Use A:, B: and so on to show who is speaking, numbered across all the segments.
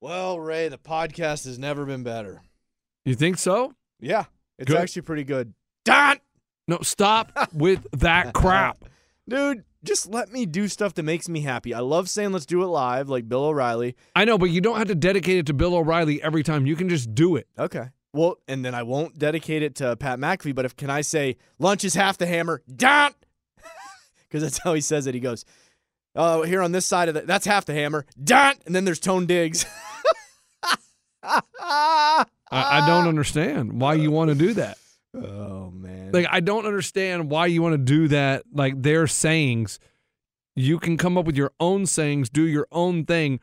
A: Well, Ray, the podcast has never been better.
B: You think so?
A: Yeah, it's
B: Good.
A: actually pretty good. Don,
B: No, stop with that crap.
A: dude, just let me do stuff that makes me happy. I love saying let's do it live, like Bill O'Reilly.
B: I know, but you don't have to dedicate it to Bill O'Reilly every time. You can just do it.
A: Okay. Well, and then I won't dedicate it to Pat McAfee, but if can I say lunch is half the hammer, Don, because that's how he says it. He goes, "Oh, here on this side of that, that's half the hammer, Don," and then there's Tone Diggs.
B: I, I
A: Ah.
B: don't understand why you want to do that.
A: Oh man,
B: Like, I don't understand why you want to do that. Like, their sayings, you can come up with your own sayings, do your own thing,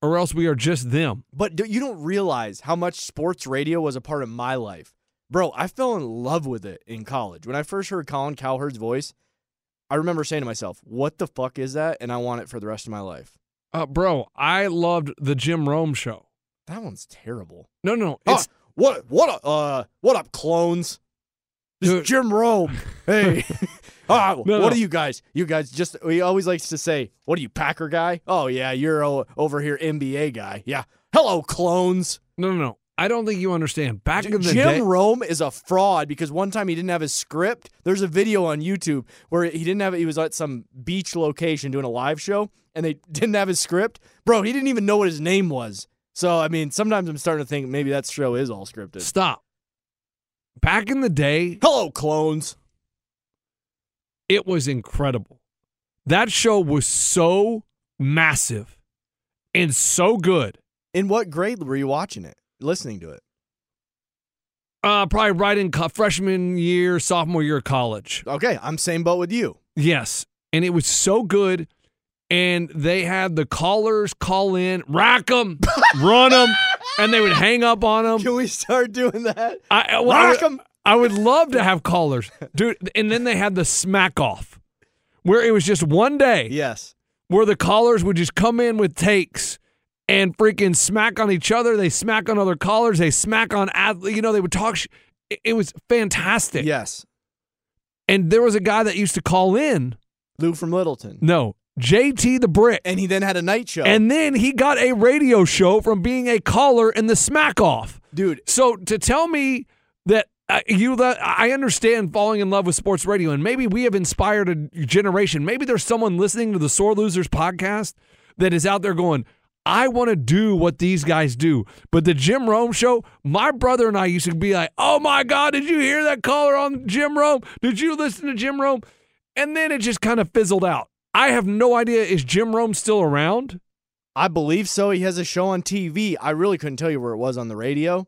B: or else we are just them.
A: But do, you don't realize how much sports radio was a part of my life. Bro, I fell in love with it in college. When I first heard Colin Cowherd's voice, I remember saying to myself, what the fuck is that? And I want it for the rest of my life.
B: Uh, bro, I loved the Jim Rome show.
A: That one's terrible.
B: No, no,
A: Ah,
B: it's
A: what what up, uh what up clones? This
B: Dude.
A: is Jim Rome. Hey. Ah, what
B: No, no.
A: are you guys? You guys just he always likes to say, "What are you Packer guy?" Oh yeah, you're o- over here NBA guy. Yeah. Hello clones.
B: no, no, no. I don't think you understand. Back
A: J-
B: in the
A: Jim
B: day,
A: Rome is a fraud because one time he didn't have his script. There's a video on YouTube where he didn't have it. He was at some beach location doing a live show and they didn't have his script. Bro, he didn't even know what his name was. So, I mean, sometimes I'm starting to think maybe that show is all scripted.
B: stop. Back in the day,
A: Hello, clones.
B: it was incredible. That show was so massive and so good.
A: In what grade were you watching it? Listening to it?
B: Uh, probably right in co- freshman year, sophomore year of college.
A: Okay, I'm same boat with you.
B: Yes, and it was so good. And they had the callers call in, rack them, run them, and they would hang up on them.
A: Can we start doing that?
B: I, well, I
A: Rock
B: would-
A: 'em.
B: I would love to have callers, dude. And then they had the smack off, where it was just one day.
A: Yes.
B: where the callers would just come in with takes and freaking smack on each other. They smack on other callers. They smack on athletes. You know, they would talk. Sh- it, it was fantastic.
A: Yes.
B: And there was a guy that used to call in.
A: Lou from Littleton.
B: No, JT the Brick.
A: And he then had a night show.
B: And then he got a radio show from being a caller in the smack off.
A: dude,
B: So to tell me that uh, you that I understand falling in love with sports radio, and maybe we have inspired a generation. Maybe there's someone listening to the Sore Losers podcast that is out there going, "I want to do what these guys do." But the Jim Rome show, my brother and I used to be like, "Oh my God, did you hear that caller on Jim Rome? Did you listen to Jim Rome?" And then it just kind of fizzled out. I have no idea. Is Jim Rome still around?
A: I believe so. He has a show on TV. I really couldn't tell you where it was on the radio,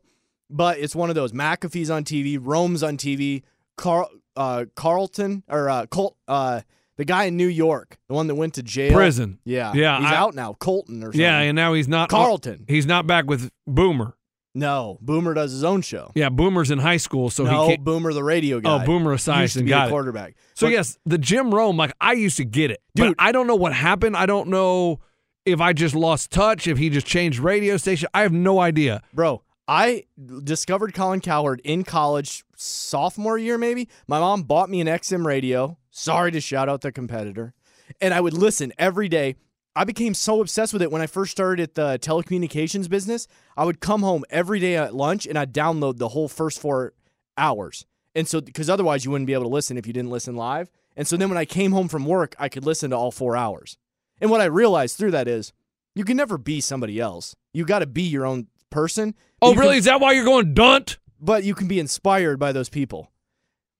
A: but it's one of those McAfee's on TV, Rome's on TV, Carl, uh, Carlton or uh, Col- uh, the guy in New York, the one that went to jail,
B: Prison.
A: Yeah,
B: Yeah,
A: he's
B: I-
A: out now. Colton or something.
B: Yeah, and now he's not. uh,
A: Carlton.
B: He's not back with Boomer.
A: no, Boomer does his own show.
B: Yeah, Boomer's in high school, so
A: no,
B: he can't.
A: Boomer the radio guy.
B: Oh, Boomer
A: used to
B: Esiason
A: be
B: got
A: the
B: it.
A: quarterback.
B: So
A: But
B: yes, the Jim Rome, like I used to get it,
A: Dude.
B: but I don't know what happened. I don't know if I just lost touch, if he just changed radio station. I have no idea.
A: Bro, I discovered Colin Cowherd in college, sophomore year maybe. My mom bought me an XM radio. Sorry to shout out the competitor. And I would listen every day. I became so obsessed with it when I first started at the telecommunications business. I would come home every day at lunch and I'd download the whole first four hours. And so, because otherwise you wouldn't be able to listen if you didn't listen live. And so then when I came home from work, I could listen to all four hours. And what I realized through that is you can never be somebody else. You got to be your own person. but
B: Oh,
A: you
B: really?
A: can-
B: Is that why you're going dunt?
A: but you can be inspired by those people.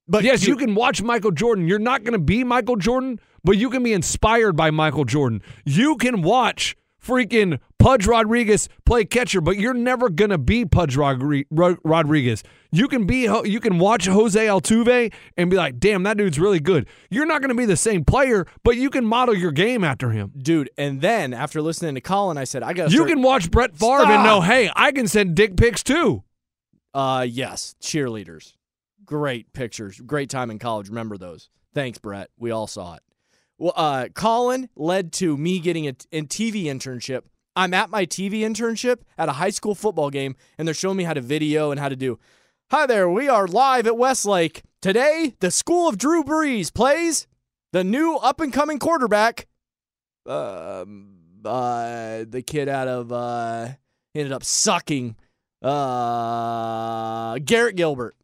A: But
B: yes, you
A: can.
B: can watch Michael Jordan. You're not going to be Michael Jordan, but you can be inspired by Michael Jordan. You can watch freaking Pudge Rodriguez play catcher, but you're never going to be Pudge Rodri- Ro- Rodriguez. You can be Ho- you can watch Jose Altuve and be like, "Damn, that dude's really good." You're not going to be the same player, but you can model your game after him.
A: dude. And then after listening to Colin, I said, I got.
B: You can watch Brett Favre and
A: Stop.
B: know, "Hey, I can send dick pics too."
A: Uh, yes, cheerleaders. Great pictures. Great time in college. Remember those. Thanks, Brett. We all saw it. Well, uh, Colin led to me getting a, a TV internship. I'm at my TV internship at a high school football game, and they're showing me how to video and how to do. Hi there, we are live at Westlake. Today, the school of Drew Brees plays the new up and coming quarterback. Um, uh, the kid out of, uh, ended up sucking uh, Garrett Gilbert.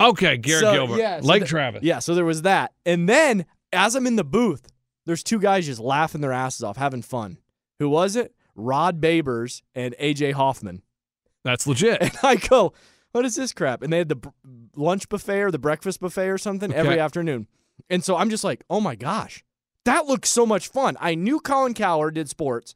B: Okay, Garrett
A: So,
B: Gilbert,
A: yeah, so
B: Lake
A: the-
B: Travis.
A: Yeah, so there was that. And then as I'm in the booth, there's two guys just laughing their asses off, having fun. Who was it? Rod Babers and AJ Hoffman.
B: That's legit.
A: And I go, what is this crap? And they had the br- lunch buffet or the breakfast buffet or something
B: Okay.
A: every afternoon. And so I'm just like, oh my gosh, that looks so much fun. I knew Colin Cowherd did sports.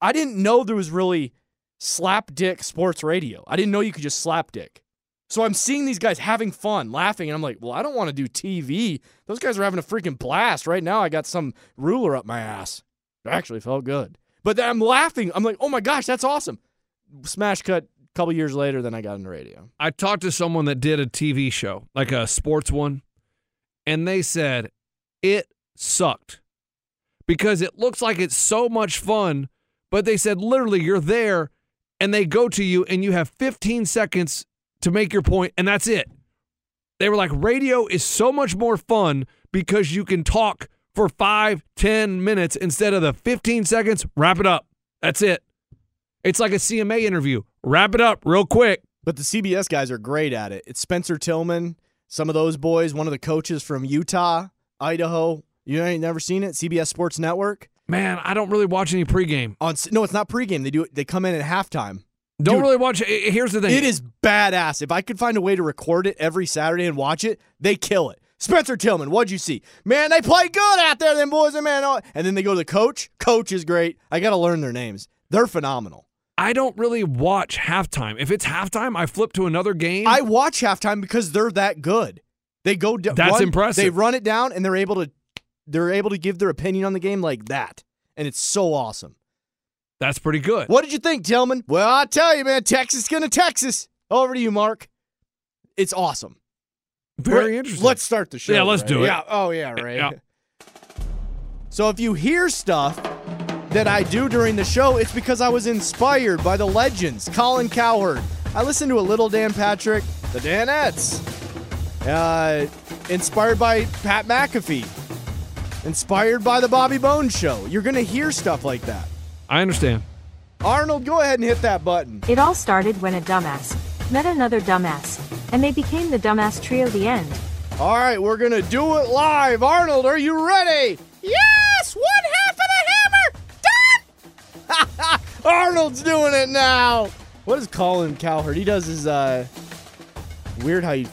A: I didn't know there was really slap dick sports radio. I didn't know you could just slap dick. So I'm seeing these guys having fun, laughing, and I'm like, well, I don't want to do TV. Those guys are having a freaking blast right now. I got some ruler up my ass. It actually felt good. But then I'm laughing. I'm like, oh my gosh, that's awesome. Smash cut a couple years later, then I got into radio.
B: I talked to someone that did a TV show, like a sports one, and they said it sucked because it looks like it's so much fun, but they said literally you're there and they go to you and you have 15 seconds to make your point and that's it. They were like radio is so much more fun because you can talk for five, ten minutes instead of the 15 seconds, wrap it up. That's it. It's like a CMA interview. Wrap it up real quick.
A: But the CBS guys are great at it. It's Spencer Tillman, some of those boys, one of the coaches from Utah, Idaho. You ain't never seen it? CBS Sports Network.
B: Man, I don't really watch any pregame.
A: On s- no, it's not pregame. They do it. They come in at halftime.
B: Don't
A: Dude.
B: really watch. i- i- Here's the thing.
A: It is badass. If I could find a way to record it every Saturday and watch it, they kill it. Spencer Tillman, what'd you see? Man, they play good out there, them boys and man. oh- And then they go to the coach. Coach is great. I gotta learn their names. They're phenomenal.
B: I don't really watch halftime. If it's halftime, I flip to another game.
A: I watch halftime because they're that good. They go down.
B: That's impressive.
A: They run it down and they're able to they're able to give their opinion on the game like that. And it's so awesome.
B: That's pretty good.
A: What did you think, Tillman? Well, I tell you, man, Texas gonna Texas. Over to you, Mark. It's awesome.
B: Very
A: Right,
B: interesting.
A: Let's start the show.
B: Yeah, let's
A: Ray.
B: do it.
A: Yeah. Oh yeah, right.
B: Yeah.
A: So if you hear stuff that I do during the show, it's because I was inspired by the legends, Colin Cowherd. I listen to a little Dan Patrick, the Danettes. Uh, inspired by Pat McAfee. Inspired by the Bobby Bones show. You're gonna hear stuff like that.
B: I understand.
A: Arnold, go ahead and hit that button.
C: It all started when a dumbass met another dumbass, and they became the dumbass trio the end.
A: All right, we're gonna do it live. Arnold, are you ready? Yes, one half of the hammer. Done. Arnold's doing it now. What is Colin Cowherd? He does his uh. Weird how you.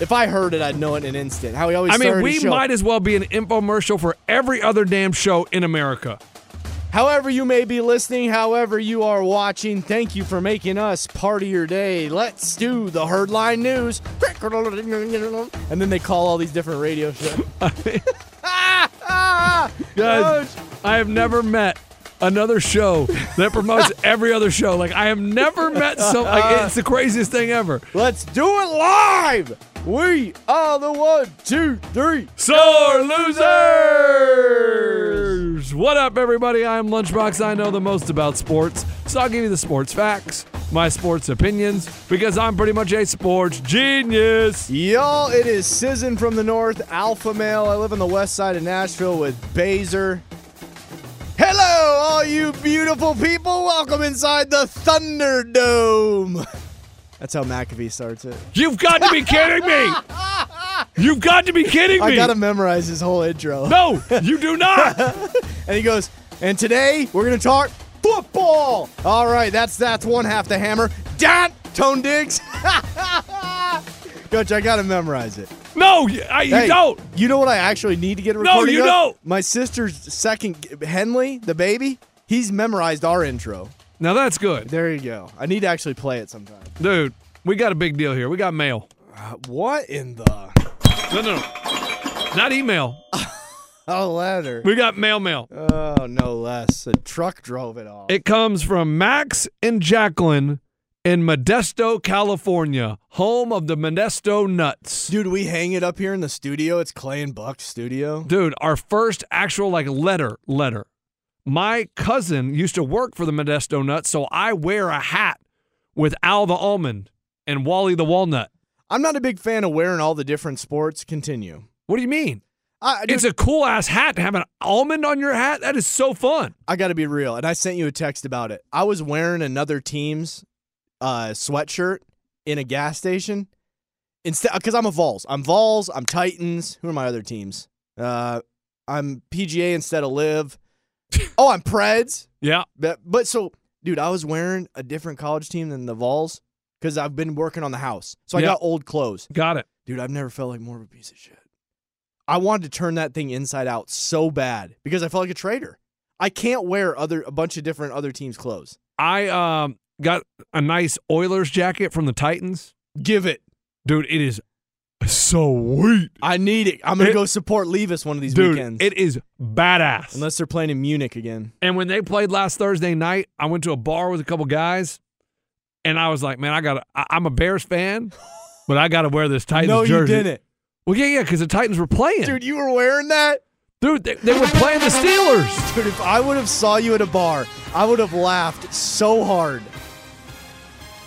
A: If I heard it, I'd know it in an instant. How he always.
B: I mean,
A: started
B: we
A: his show.
B: might as well be an infomercial for every other damn show in America.
A: However, you may be listening, however, you are watching, thank you for making us part of your day. Let's do the Herdline News. And then they call all these different radio shows. Ah, ah,
B: Guys, I have never met another show that promotes every other show. Like I have never met some. Like, it's the craziest thing ever.
A: let's do it live. We are the one, two, three.
B: Sore losers. What up, everybody? I'm Lunchbox. I know the most about sports, so I'll give you the sports facts, my sports opinions, because I'm pretty much a sports genius.
A: Y'all, it is Sizzin from the north, alpha male. I live on the west side of Nashville with Baser. Hello, all you beautiful people. Welcome inside the Thunderdome. That's how McAfee starts it.
B: You've got to be kidding me! You've got to be kidding me!
A: I gotta memorize his whole intro.
B: no, you do not.
A: And he goes, and today we're gonna talk football. All right, that's that's one half the hammer. Dad, Tone Diggs. Coach, I gotta memorize it.
B: No, you, I, you
A: Hey,
B: don't.
A: You know what I actually need to get a
B: No,
A: recording
B: you
A: of?
B: don't.
A: My sister's second, Henley, the baby, he's memorized our intro.
B: Now that's good,
A: There you go. I need to actually play it sometime.
B: dude. We got a big deal here. We got mail.
A: Uh, what in the
B: No, no, no. not email.
A: a letter?
B: We got mail, mail.
A: Oh, no less. A truck drove it all.
B: It comes from Max and Jacqueline in Modesto, California, home of the Modesto Nuts.
A: Dude, we hang it up here in the studio. It's Clay and Buck's studio.
B: Dude, our first actual like letter, letter. My cousin used to work for the Modesto Nuts, so I wear a hat with Al the Almond and Wally the Walnut.
A: I'm not a big fan of wearing all the different sports. Continue.
B: What do you mean?
A: I, dude,
B: It's a cool ass hat to have an almond on your hat. That is so fun.
A: I got to be real, and I sent you a text about it. I was wearing another team's uh, sweatshirt in a gas station instead because I'm a Vols. I'm Vols. I'm Titans. Who are my other teams? Uh, I'm PGA instead of Live. oh, I'm Preds.
B: Yeah.
A: But, but so, dude, I was wearing a different college team than the Vols because I've been working on the house, so I
B: Yeah.
A: got old clothes.
B: Got it.
A: Dude, I've never felt like more of a piece of shit. I wanted to turn that thing inside out so bad because I felt like a traitor. I can't wear other a bunch of different other teams' clothes.
B: I um got a nice Oilers jacket from the Titans.
A: Give it.
B: Dude, it is so sweet.
A: I need it. I'm gonna
B: It-
A: go support Levis one of these
B: Dude,
A: weekends.
B: it is badass.
A: Unless they're playing in Munich again.
B: and when they played last Thursday night, I went to a bar with a couple guys, and I was like, "Man, I got I I'm a Bears fan, but I got to wear this Titans
A: no,
B: jersey."
A: you didn't.
B: Well, yeah, yeah, because the Titans were playing,
A: Dude,
B: dude.
A: you were wearing that?
B: they, they were playing the Steelers.
A: Dude, if I would have saw you at a bar, I would have laughed so hard.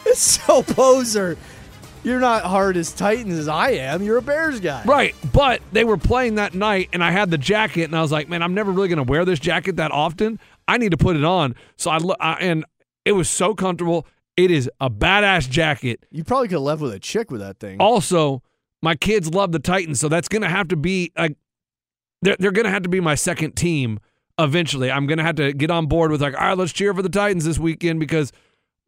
A: It's so poser. You're not hard as Titans as I am. You're a Bears guy.
B: Right, but they were playing that night, and I had the jacket, and I was like, "Man, I'm never really gonna wear this jacket that often. I need to put it on." So I, lo- I and it was so comfortable. It is a badass jacket.
A: You probably could have left with a chick with that thing.
B: Also, my kids love the Titans, so that's going to have to be like they're they're going to have to be my second team eventually. I'm going to have to get on board with like, all right, let's cheer for the Titans this weekend because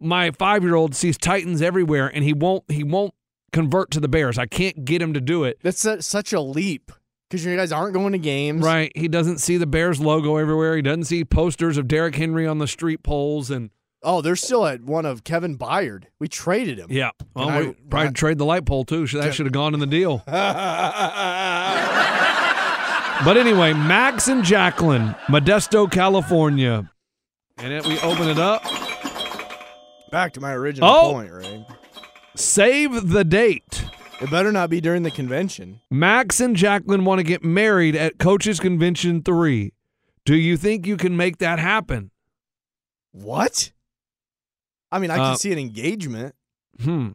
B: my five year old sees Titans everywhere and he won't he won't convert to the Bears. I can't get him to do it.
A: That's su- such a leap because you guys aren't going to games.
B: Right? He doesn't see the Bears logo everywhere. He doesn't see posters of Derrick Henry on the street poles and
A: Oh, they're still at one of Kevin Byard. We traded him.
B: yeah. Well,
A: I-
B: we probably trade the light pole too. Should- That should have gone in the deal. But anyway, Max and Jacqueline, Modesto, California. And it, we open it up.
A: Back to my original
B: Oh.
A: point, right?
B: Save the date.
A: It better not be during the convention.
B: Max and Jacqueline want to get married at Coaches Convention 3. Do you think you can make that happen?
A: What? I mean, I
B: Uh,
A: can see an engagement.
B: Hmm.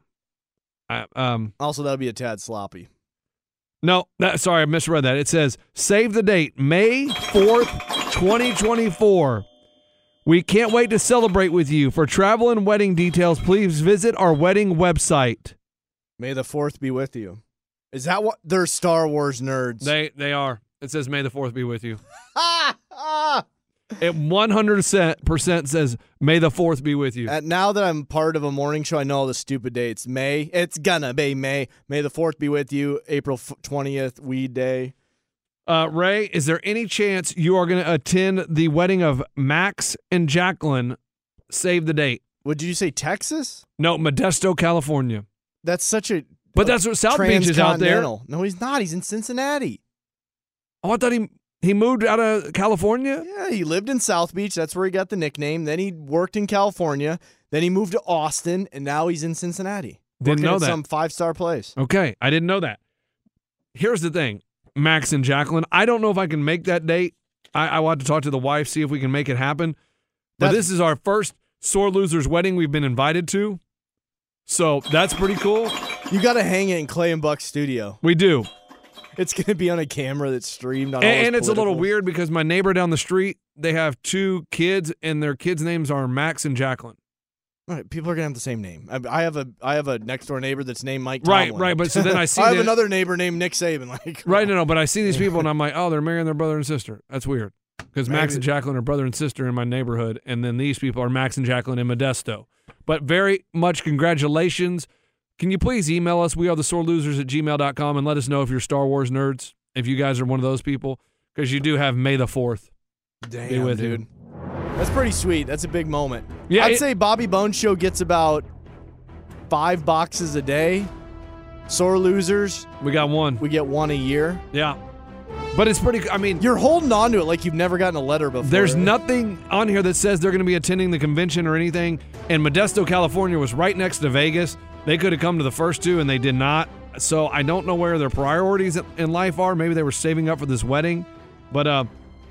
B: I, um.
A: Also, that'll be a tad sloppy.
B: No, that, sorry, I misread that. It says save the date, May 4th, 2024. We can't wait to celebrate with you. For travel and wedding details, please visit our wedding website.
A: May the fourth be with you. Is that what they're Star Wars nerds?
B: They they are. It says May the 4th be with you.
A: ah, ah.
B: It 100% says May the 4th be with you.
A: And Uh, now that I'm part of a morning show, I know all the stupid dates. May, it's gonna be May. May the fourth be with you. April twentieth, Weed Day.
B: Uh, Ray, is there any chance you are going to attend the wedding of Max and Jacqueline? Save the date.
A: Would you say Texas?
B: No, Modesto, California.
A: That's such a.
B: But that's what South Beach is out there.
A: transcontinental. No, he's not. He's in Cincinnati.
B: Oh, I thought he he moved out of California.
A: Yeah, he lived in South Beach. That's where he got the nickname. Then he worked in California. Then he moved to Austin, and now he's in Cincinnati.
B: Didn't
A: working
B: know
A: at
B: that.
A: Some five star place.
B: Okay, I didn't know that. Here's the thing, Max and Jacqueline. I don't know if I can make that date. I, I want to talk to the wife, see if we can make it happen. But
A: That's-
B: this is our first sore losers wedding we've been invited to. So that's pretty cool.
A: You got to hang it in Clay and Buck's studio.
B: We do.
A: It's going to be on a camera that's streamed. On all
B: And,
A: those
B: and it's a little
A: political-
B: weird because my neighbor down the street, they have two kids, and their kids' names are Max and Jacqueline.
A: All right, people are gonna have the same name. I, I have a I have a next door neighbor that's named Mike.
B: Right,
A: Tomlin.
B: right, but so then I see
A: I have
B: that-
A: another neighbor named Nick Saban. Like
B: Right? No, no. But I see these people, and I'm like, oh, they're marrying their brother and sister. That's weird because Max
A: Maybe-
B: and Jacqueline are brother and sister in my neighborhood, and then these people are Max and Jacqueline in Modesto. But very much congratulations. Can you please email us? We are the sore losers at gmail.com and let us know if you're Star Wars nerds, if you guys are one of those people, because you do have May the 4th.
A: damn,
B: Be with you.
A: dude. That's pretty sweet. That's a big moment.
B: Yeah,
A: I'd
B: it-
A: say Bobby Bones Show gets about five boxes a day. Sore losers,
B: We got one.
A: we get one a year.
B: Yeah. But it's pretty, I mean,
A: You're holding on to it like you've never gotten a letter before.
B: There's nothing on here that says they're going to be attending the convention or anything. And Modesto, California was right next to Vegas. They could have come to the first two and they did not. So I don't know where their priorities in life are. Maybe they were saving up for this wedding. But uh,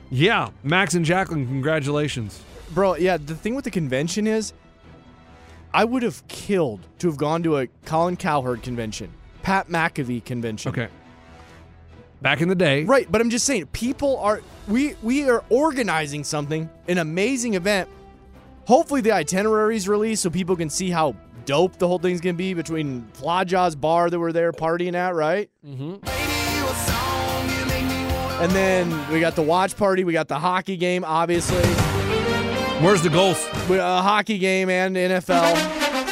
B: yeah, Max and Jacqueline, congratulations.
A: bro. Yeah, the thing with the convention is, I would have killed to have gone to a Colin Cowherd convention, Pat McAfee convention.
B: Okay. Back in the day.
A: Right, but I'm just saying people are we we are organizing something, an amazing event. Hopefully the itinerary's released so people can see how dope the whole thing's gonna be between Plaja's bar that we're there partying at, right? Mm-hmm. And then we got the watch party, we got the hockey game, obviously,
B: Where's the goals?
A: we, a hockey game and NFL.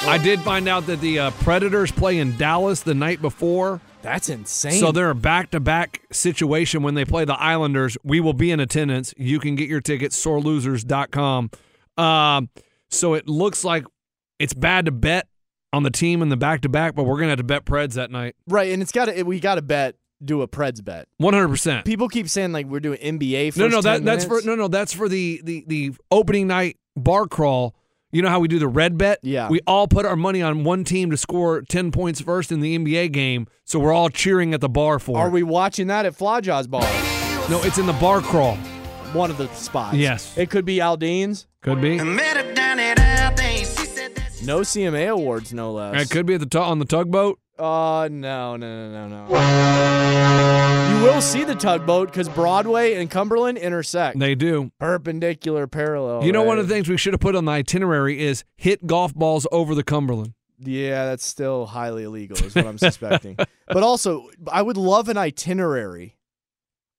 B: I did find out that the uh, Predators play in Dallas the night before.
A: That's insane.
B: So they're a back-to-back situation when they play the Islanders. We will be in attendance. You can get your tickets sorelosers.com. Um, so it looks like it's bad to bet on the team in the back-to-back, but we're gonna have to bet Preds that night,
A: right, and it's got to we got to bet do a Preds bet.
B: one hundred percent.
A: People keep saying like we're doing NBA. First
B: No, no, that,
A: 10
B: that's for
A: minutes.
B: no, no, that's for the the the opening night bar crawl. You know how we do the red bet?
A: Yeah.
B: We all put our money on one team to score ten points first in the NBA game, so we're all cheering at the bar for.
A: Are
B: it.
A: we watching that at Flaja's bar?
B: No, it's in the bar crawl.
A: one of the spots.
B: Yes.
A: It could be Aldean's.
B: Could be.
A: No CMA awards, no less.
B: It could be at the tu- on the tugboat.
A: Uh, no, no, no, no, no. You will see the tugboat because Broadway and Cumberland intersect.
B: They do.
A: Perpendicular parallel.
B: you know, one
A: right?
B: of the things we should have put on the itinerary is hit golf balls over the Cumberland.
A: Yeah, that's still highly illegal, is what I'm suspecting. But also, I would love an itinerary.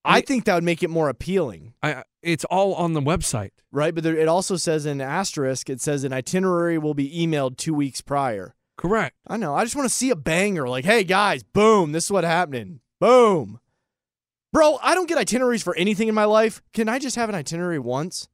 A: I think that would make it more appealing,
B: I, it's all on the website.
A: right? But there, it also says in asterisk, it says an itinerary will be emailed two weeks prior.
B: Correct.
A: I know. I just want to see a banger. Like, hey guys, boom, this is what happening. Boom. Bro, I don't get itineraries for anything in my life. Can I just have an itinerary once?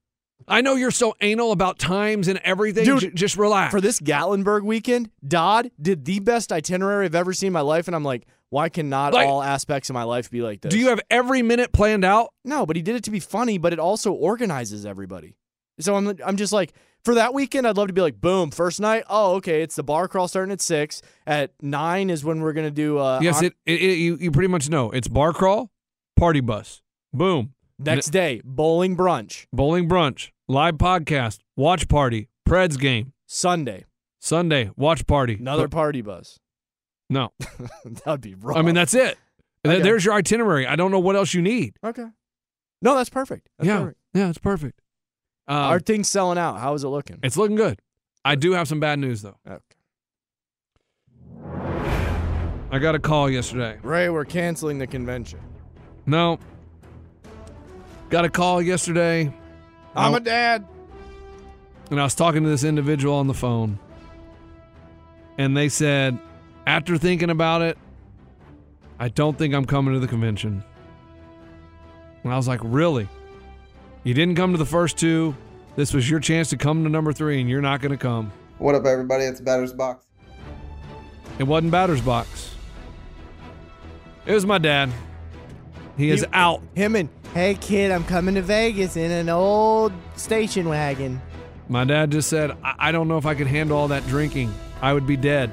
B: I know you're so anal about times and everything.
A: Dude,
B: J- just relax.
A: For this Gatlinburg weekend, Dodd did the best itinerary I've ever seen in my life, and I'm like, why cannot
B: Like-
A: all aspects of my life be like this?
B: do you have every minute planned out?
A: No, but he did it to be funny, but it also organizes everybody. So I'm I'm just like for that weekend, I'd love to be like, boom, first night. Oh, okay, it's the bar crawl starting at six. At nine is when we're gonna do. Uh,
B: yes,
A: on-
B: it, it, it- you, you pretty much know. It's bar crawl, party bus, boom,
A: next day bowling brunch.
B: bowling brunch, live podcast, watch party, Preds game,
A: Sunday,
B: Sunday, watch party.
A: another
B: But-
A: party bus.
B: no.
A: That'd be wrong.
B: I mean, that's it. Th-
A: Okay.
B: There's your itinerary. I don't know what else you need.
A: okay. No, that's perfect. That's
B: yeah.
A: perfect.
B: Yeah, it's perfect. Um,
A: Our thing's selling out. How is it looking?
B: It's looking good. I do have some bad news though.
A: Okay.
B: I got a call yesterday.
A: Ray, we're canceling the convention.
B: No. Got a call yesterday,
A: I'm a dad.
B: and I was talking to this individual on the phone. And they said, after thinking about it, I don't think I'm coming to the convention. And I was like, really? You didn't come to the first two. This was your chance to come to number three, and you're not going to come.
D: What up, everybody? It's Batter's Box.
B: It wasn't batter's box. It was my dad. He is
A: You-
B: out.
A: Him and hey kid, I'm coming to Vegas in an old station wagon.
B: My dad just said, I, I don't know if I could handle all that drinking. I would be dead.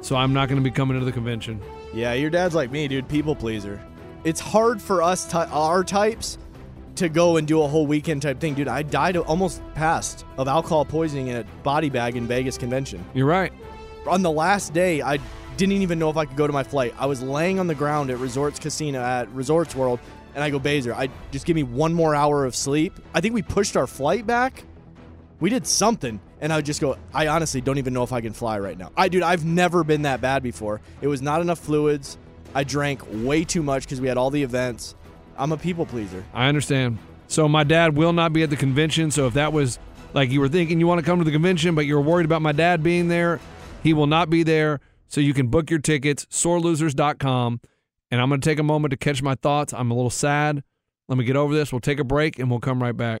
B: So I'm not going to be coming to the convention.
A: Yeah, your dad's like me, dude. People pleaser. It's hard for us, ty- our types, to go and do a whole weekend type thing, dude. I died of- almost passed of alcohol poisoning in a body bag in Vegas convention.
B: You're right.
A: On the last day, I didn't even know if I could go to my flight. I was laying on the ground at Resorts Casino at Resorts World, and I go, Baser, I just give me one more hour of sleep. I think we pushed our flight back. We did something, and I would just go, I honestly don't even know if I can fly right now. I dude, I've never been that bad before. It was not enough fluids. I drank way too much because we had all the events. I'm a people pleaser.
B: I understand. So my dad will not be at the convention. So if that was like you were thinking you want to come to the convention, but you're worried about my dad being there, he will not be there. So you can book your tickets, sorelosers.com. And I'm going to take a moment to catch my thoughts. I'm a little sad. Let me get over this. We'll take a break and we'll come right back.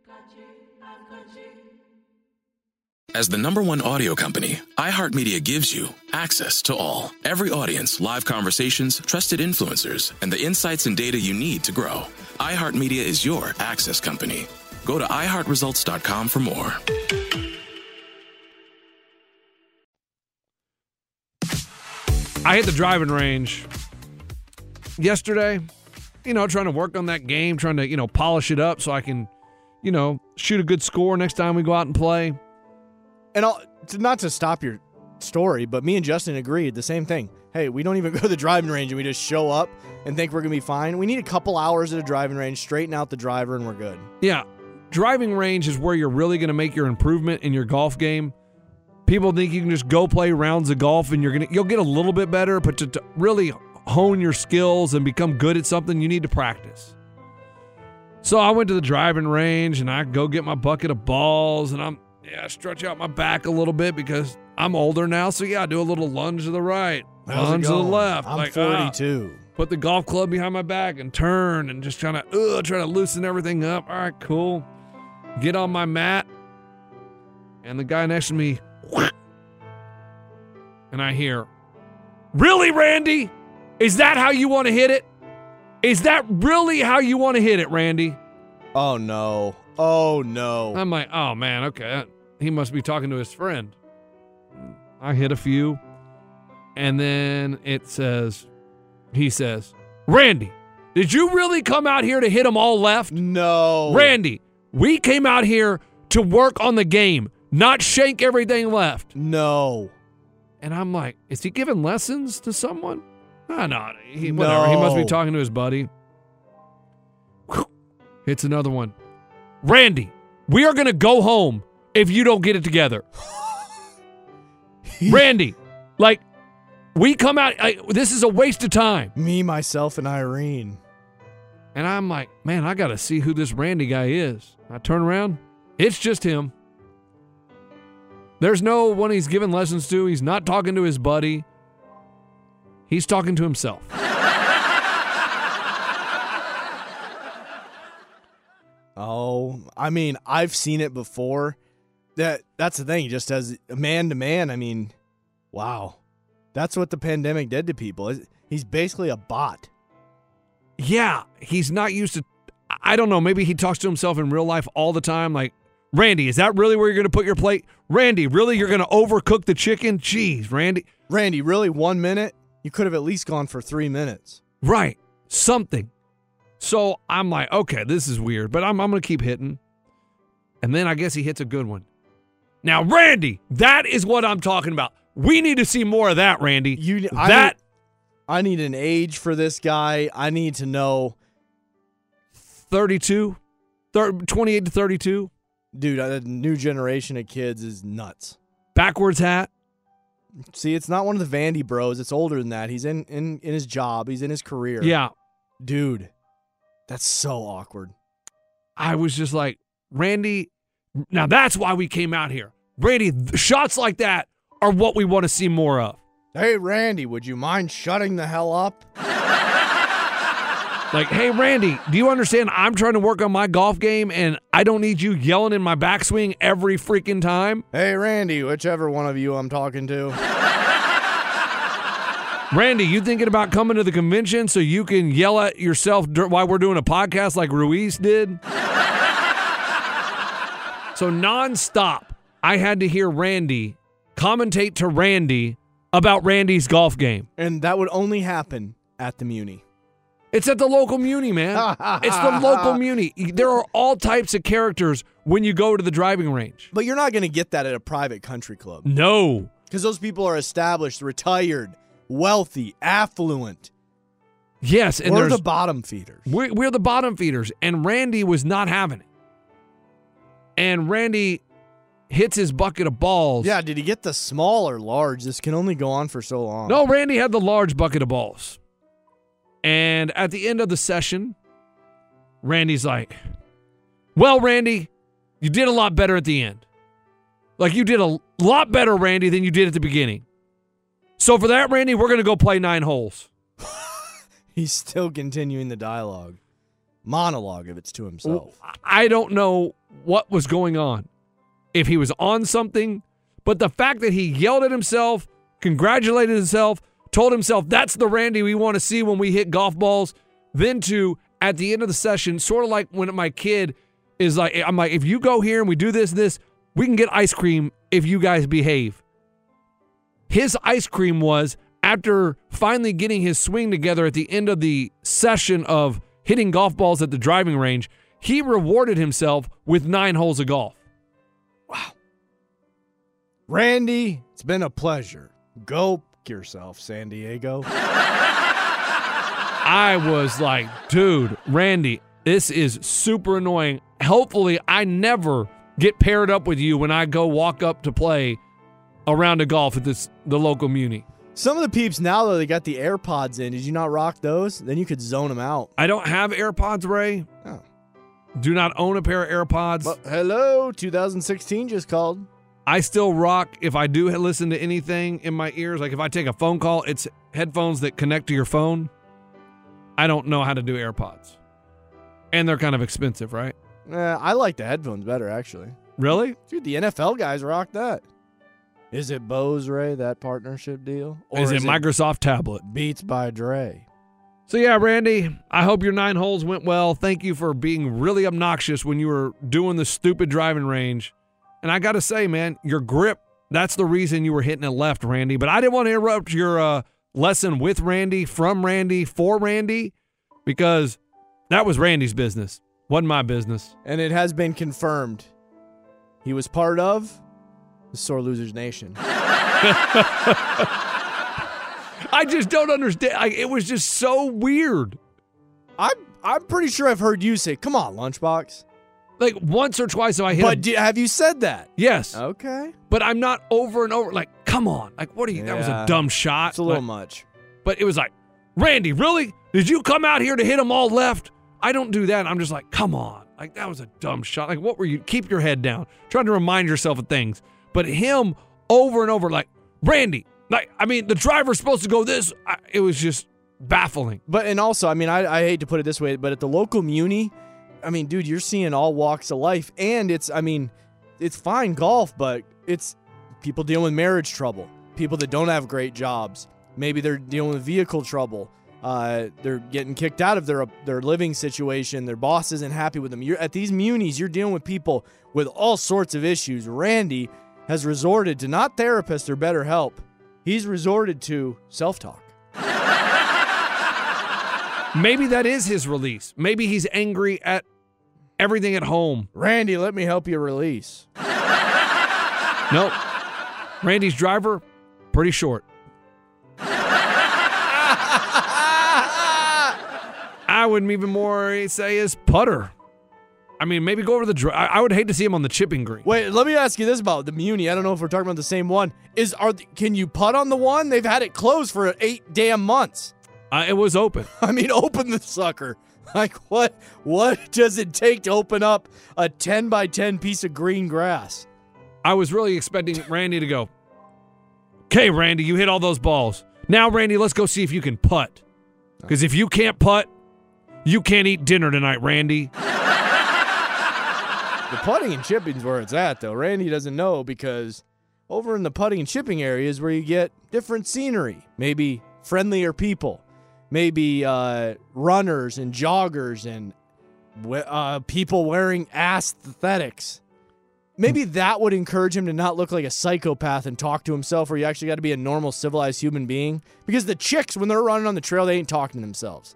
E: As the number one audio company, iHeartMedia gives you access to all. Every audience, live conversations, trusted influencers, and the insights and data you need to grow. iHeartMedia is your access company. Go to iHeartResults.com for more.
B: I hit the driving range yesterday, you know, trying to work on that game, trying to, you know, polish it up so I can, you know, shoot a good score next time we go out and play.
A: And I'll, to, not to stop your story, but me and Justin agreed the same thing. Hey, we don't even go to the driving range and we just show up and think we're going to be fine. We need a couple hours at a driving range, straighten out the driver, and we're good.
B: Yeah. Driving range is where you're really going to make your improvement in your golf game. People think you can just go play rounds of golf and you're going to you'll get a little bit better, but to, to really hone your skills and become good at something, you need to practice. So I went to the driving range and I go get my bucket of balls and I'm yeah, I stretch out my back a little bit because I'm older now. So yeah, I do a little lunge to the right,
A: How's it
B: lunge to the
A: going?
B: left.
A: I'm
B: like, ah
A: forty-two.
B: put the golf club behind my back and turn and just trying to uh, try to loosen everything up. All right, cool. Get on my mat, and the guy next to me, and I hear, "Really, Randy? Is that how you want to hit it? Is that really how you want to hit it, Randy?"
A: Oh no! Oh no!
B: I'm like, oh man, okay. that- He must be talking to his friend. I hit a few. And then it says, he says, Randy, did you really come out here to hit them all left?
A: no,
B: Randy, we came out here to work on the game, not shank everything left.
A: No,
B: And I'm like, is he giving lessons to someone? Ah, no, he, whatever. He must be
A: No.
B: talking to his buddy. Hits another one. Randy, we are going to go home if you don't get it together. Randy, like, we come out, I, this is a waste of time.
A: me, myself, and Irene.
B: And I'm like, man, I got to see who this Randy guy is. I turn around, it's just him. There's no one he's giving lessons to. He's not talking to his buddy. He's talking to himself.
A: Oh, I mean, I've seen it before. That that's the thing. Just as man to man, I mean, wow, that's what the pandemic did to people. Is- He's basically a bot.
B: Yeah, he's not used to. I don't know. Maybe he talks to himself in real life all the time. Like, Randy, is that really where you're going to put your plate? Randy, really, you're going to overcook the chicken? Jeez, Randy.
A: Randy, really, one minute? You could have at least gone for three minutes.
B: Right. Something. So I'm like, okay, this is weird, but I'm, I'm going to keep hitting. And then I guess he hits a good one. Now, Randy, that is what I'm talking about. We need to see more of that, Randy.
A: You I
B: that
A: need- I need an age for this guy. I need to know,
B: 32, thir- 28 to 32,
A: dude. uh, The new generation of kids is nuts.
B: backwards hat.
A: See, it's not one of the Vandy Bros. It's older than that. He's in in in his job. He's in his career.
B: Yeah.
A: dude, that's so awkward.
B: I was just like, Randy, now that's why we came out here. Randy, th- shots like that are what we want to see more of.
A: Hey, Randy, would you mind shutting the hell up?
B: Like, hey, Randy, do you understand? I'm trying to work on my golf game and I don't need you yelling in my backswing every freaking time.
A: Hey, Randy, whichever one of you I'm talking to.
B: Randy, you thinking about coming to the convention so you can yell at yourself dur- while we're doing a podcast like Ruiz did? so, nonstop, I had to hear Randy commentate to Randy about Randy's golf game.
A: And that would only happen at the Muni.
B: It's at the local muni, man. it's the local muni. There are all types of characters when you go to the driving range.
A: But you're not going to get that at a private country club
B: No.
A: because those people are established, retired, wealthy, affluent.
B: Yes, and
A: We're
B: there's
A: the bottom feeders.
B: we're, we're the bottom feeders, and Randy was not having it. And Randy hits his bucket of balls.
A: Yeah, did he get the small or large? This can only go on for so long.
B: No, Randy had the large bucket of balls. And at the end of the session, Randy's like, Well, Randy, you did a lot better at the end. Like, you did a lot better, Randy, than you did at the beginning. So, for that, Randy, we're going to go play nine holes.
A: He's still continuing the dialogue, monologue of it's to himself.
B: I don't know what was going on, if he was on something, but the fact that he yelled at himself, congratulated himself, told himself that's the Randy we want to see when we hit golf balls, then to at the end of the session, sort of like when my kid is like, I'm like, if you go here and we do this, this, we can get ice cream if you guys behave. His ice cream was after finally getting his swing together at the end of the session of hitting golf balls at the driving range, he rewarded himself with nine holes of golf.
A: Randy, it's been a pleasure. Go f- yourself, San Diego.
B: I was like, dude, Randy, this is super annoying. Hopefully, I never get paired up with you when I go walk up to play a round of golf at this the local muni.
A: Some of the peeps now though they got the AirPods in. Did you not rock those? Then you could zone them out.
B: I don't have AirPods, Ray.
A: Oh.
B: Do not own a pair of AirPods.
A: But hello, 2016 just called.
B: I still rock if I do listen to anything in my ears. Like if I take a phone call, it's headphones that connect to your phone. I don't know how to do AirPods. And they're kind of expensive, right?
A: Eh, I like the headphones better actually.
B: Really?
A: Dude, the NFL guys rock that. Is it Bose Ray that partnership deal,
B: is, it Microsoft tablet?
A: Beats by Dre?
B: So yeah, Randy, I hope your nine holes went well. Thank you for being really obnoxious when you were doing the stupid driving range. And I got to say, man, your grip, that's the reason you were hitting it left, Randy. But I didn't want to interrupt your uh, lesson with Randy, from Randy, for Randy, because that was Randy's business, wasn't my business.
A: And it has been confirmed. He was part of the Sore Losers Nation.
B: I just don't understand. I, it was just so weird.
A: I'm I'm pretty sure I've heard you say, "Come on, lunchbox."
B: Like once or twice, if I hit. a-
A: But Oh. di- have you said that?
B: yes,
A: Okay,
B: but I'm not over and over. Like, come on, like what are you? That was a
A: Yeah.
B: dumb shot.
A: it's a little
B: Like,
A: much.
B: But it was like, Randy, really? Did you come out here to hit them all left? I don't do that. I'm just like, come on. Like, that was a dumb shot. Like, what were you? Keep your head down. Trying to remind yourself of things. But him over and over, like, Randy, Like, I mean, the driver's supposed to go this. I, it was just baffling.
A: But and also, I mean, I, I hate to put it this way, but at the local muni, I mean, dude, you're seeing all walks of life, and it's, I mean, it's fine golf, but it's people dealing with marriage trouble, people that don't have great jobs, maybe they're dealing with vehicle trouble, uh, they're getting kicked out of their their living situation, their boss isn't happy with them. You're at these munis, you're dealing with people with all sorts of issues. Randy has resorted to not therapist or better help. He's resorted to self-talk.
B: Maybe that is his release. Maybe he's angry at everything at home.
A: Randy, let me help you release.
B: Nope. Randy's driver, pretty short. I wouldn't even more say his putter. I mean, maybe go over the. Dri- I I would hate to see him on the chipping green.
A: Wait, let me ask you this about the Muni. I don't know if we're talking about the same one. Is are th- can you putt on the one? They've had it closed for eight damn months.
B: Uh, it was open.
A: I mean, open the sucker. Like what? What does it take to open up a ten by ten piece of green grass?
B: I was really expecting Randy to go, okay, Randy, you hit all those balls. Now, Randy, let's go see if you can putt. Because if you can't putt, you can't eat dinner tonight, Randy.
A: The putting and chipping's where it's at, though. Randy doesn't know because over in the putting and chipping area is where you get different scenery, maybe friendlier people, maybe uh, runners and joggers and we- uh, people wearing aesthetics. Maybe that would encourage him to not look like a psychopath and talk to himself, or you actually got to be a normal, civilized human being. Because the chicks, when they're running on the trail, they ain't talking to themselves.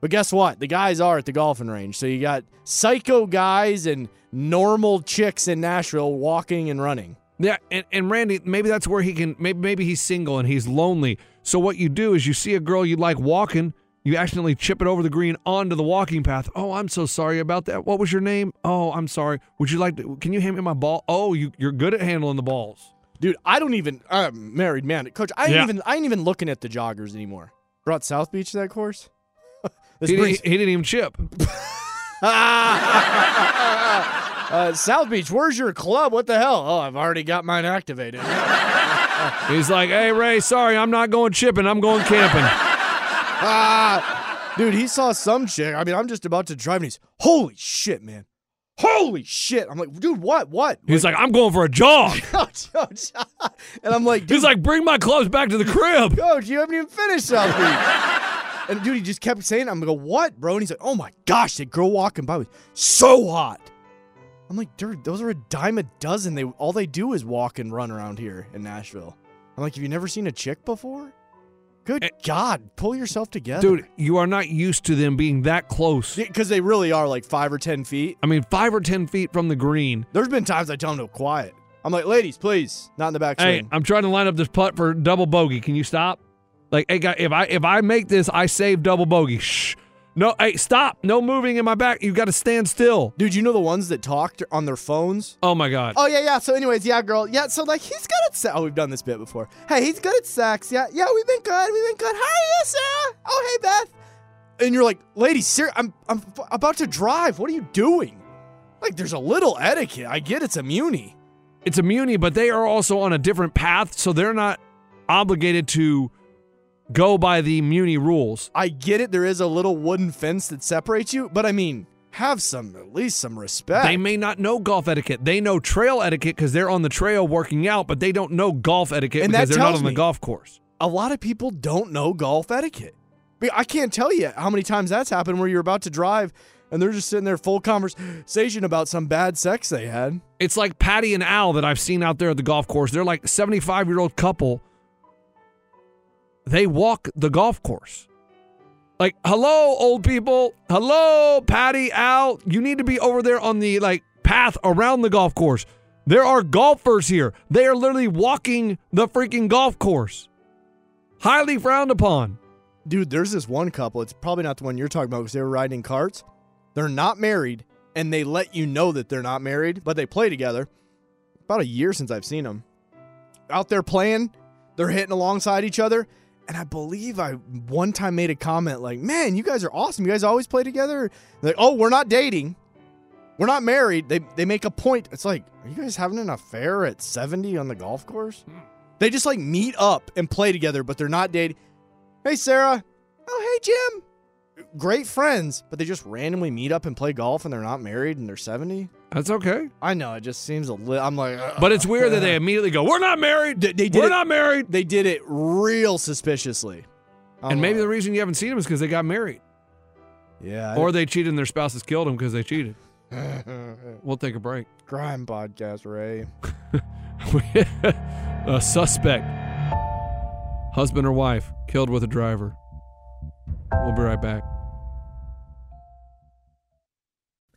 A: But guess what? The guys are at the golfing range. So you got psycho guys and normal chicks in Nashville walking and running.
B: Yeah, and, and Randy, maybe that's where he can. Maybe maybe he's single and he's lonely. So what you do is you see a girl you like walking, you accidentally chip it over the green onto the walking path. Oh, I'm so sorry about that. What was your name? Oh, I'm sorry. Would you like to? Can you hand me my ball? Oh, you you're good at handling the balls.
A: Dude, I don't even I'm a married man. Coach, I ain't
B: Yeah.
A: even I ain't even looking at the joggers anymore. Brought South Beach to that course? This
B: He,
A: brings-
B: didn't, he didn't even chip.
A: uh, South Beach, where's your club? What the hell? Oh, I've already got mine activated.
B: He's like, hey Ray, sorry, I'm not going chipping. I'm going camping.
A: Ah, dude, he saw some chick. I mean, I'm just about to drive and he's, holy shit, man. Holy shit. I'm like, dude, what? What?
B: He's like, I'm going for a jog.
A: and I'm like,
B: He's like, bring my clubs back to the crib.
A: Coach, you haven't even finished South Beach. and dude, he just kept saying, it. I'm going, what, bro? And he's like, oh my gosh, that girl walking by was so hot. I'm like, dude, those are a dime a dozen. They all they do is walk and run around here in Nashville. I'm like, have you never seen a chick before? Good God, pull yourself together,
B: Eh. Dude, you are not used to them being that close.
A: Because they really are like five or ten feet.
B: I mean, five or ten feet from the green.
A: There's been times I tell them to quiet. I'm like, ladies, please, not in the back
B: Hey, uh
A: swing.
B: I'm trying to line up this putt for double bogey. Can you stop? Like, hey, guy, if I if I make this, I save double bogey. Shh. No, hey, stop. No moving in my back. You got to stand still.
A: Dude, you know the ones that talked on their phones?
B: Oh my god.
A: Oh yeah, yeah. So, anyways, yeah, girl, yeah. So, like, he's good at sex. Oh, we've done this bit before. Hey, he's good at sex. Yeah, yeah. We've been good. We've been good. How are you, Sarah? Oh, hey, Beth. And you're like, lady, sir, I'm I'm f- about to drive. What are you doing? Like, there's a little etiquette. I get it's a muni.
B: It's a muni, but they are also on a different path, so they're not obligated to go by the muni rules.
A: I get it. There is a little wooden fence that separates you, but I mean, have some at least some respect.
B: They may not know golf etiquette. They know trail etiquette because they're on the trail working out, but they don't know golf etiquette
A: And that
B: because they're not
A: tells
B: on the
A: me-
B: golf course.
A: a lot of people don't know golf etiquette. Be- I can't tell you how many times that's happened where you're about to drive and they're just sitting there full conversation about some bad sex they had.
B: It's like Patty and Al that I've seen out there at the golf course. They're like 75 year old couple. They walk the golf course. Like, hello, old people. Hello, Patty, Al. You need to be over there on the like path around the golf course. There are golfers here. They are literally walking the freaking golf course. Highly frowned upon.
A: Dude, there's this one couple. It's probably not the one you're talking about because they were riding in carts. They're not married and they let you know that they're not married, but they play together. About a year since I've seen them. Out there playing, they're hitting alongside each other. And I believe I one time made a comment like, man, you guys are awesome. You guys always play together. They're like, oh, we're not dating. We're not married. They, they make a point. It's like, are you guys having an affair at 70 on the golf course? They just like meet up and play together, but they're not dating. Hey, Sarah. Oh, hey, Jim. Great friends, but they just randomly meet up and play golf, and they're not married, and they're seventy.
B: That's okay.
A: I know. It just seems a little. I'm like, uh,
B: But it's weird that they immediately go, "We're not married.
A: They- they did
B: We're
A: it-
B: not married."
A: They did it real suspiciously. I'm
B: and maybe
A: like,
B: the reason you haven't seen them is because they got married,
A: yeah, I
B: or they cheated and their spouses killed them because they cheated.
A: Grime
B: We'll take a break.
A: podcast, Ray.
B: a suspect, husband or wife, killed with a driver. We'll be right back.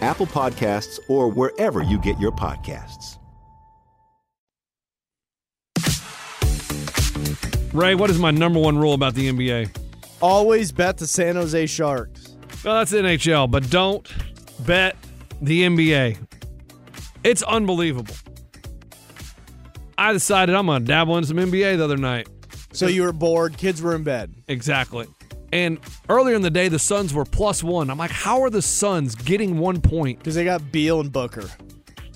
F: Apple Podcasts, or wherever you get your podcasts.
B: Ray, what is my number one rule about the NBA?
A: Always bet the San Jose Sharks.
B: Well, that's NHL, but don't bet the NBA. It's unbelievable. I decided I'm going to dabble in some NBA the other night.
A: So you were bored. Kids were in bed.
B: Exactly. And earlier in the day, the Suns were plus one. I'm like, how are the Suns getting one point?
A: Because they got Beal and Booker.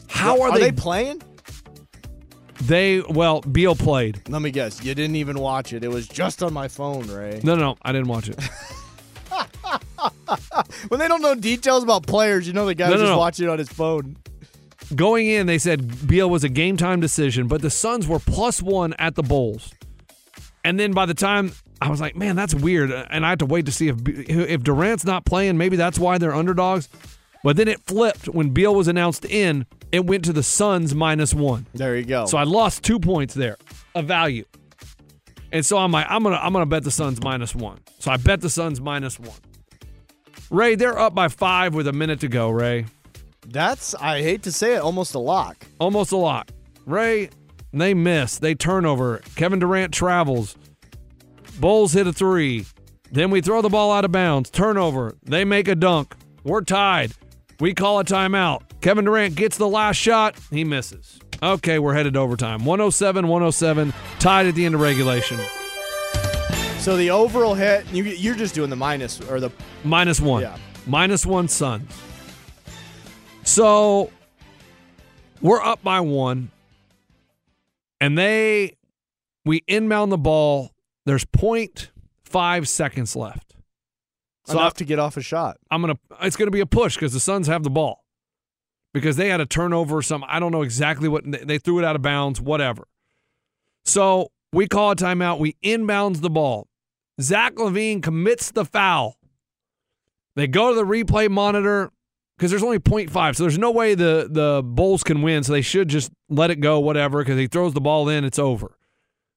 B: How are,
A: are
B: they?
A: they playing?
B: they well, Beal played.
A: Let me guess. You didn't even watch it. It was just on my phone, Ray.
B: No, no, no, I didn't watch it.
A: When they don't know details about players, you know the guy
B: No,
A: was
B: no,
A: just
B: no.
A: watching it on his phone.
B: Going in, they said Beal was a game time decision, but the Suns were plus one at the Bulls. And then by the time I was like, man, that's weird, uh, and I had to wait to see if if Durant's not playing, maybe that's why they're underdogs. But then it flipped when Beal was announced in. It went to the Suns minus one.
A: There you go.
B: So I lost two points there of value. And so I'm like, I'm gonna I'm gonna bet the Suns minus one. So I bet the Suns minus one. Ray, they're up by five with a minute to go, Ray.
A: That's I hate to say it, almost a lock.
B: Almost a lot. Ray, they miss. They turnover. Kevin Durant travels. Bulls hit a three. Then we throw the ball out of bounds. Turnover. They make a dunk. We're tied. We call a timeout. Kevin Durant gets the last shot. He misses. Okay, we're headed to overtime. 107 107, tied at the end of regulation.
A: So the overall hit, you, you're just doing the minus or the
B: Minus one.
A: Yeah.
B: Minus one Suns. So we're up by one. And they we inbound the ball. There's 0.5 seconds left. So
A: enough to get off a shot.
B: I'm gonna. It's gonna be a push because the Suns have the ball because they had a turnover. Or some I don't know exactly what they they threw it out of bounds. Whatever. So we call a timeout. We inbounds the ball. Zach Levine commits the foul. They go to the replay monitor because there's only 0.5, so there's no way the the Bulls can win. So they should just let it go, whatever. Because he throws the ball in, it's over.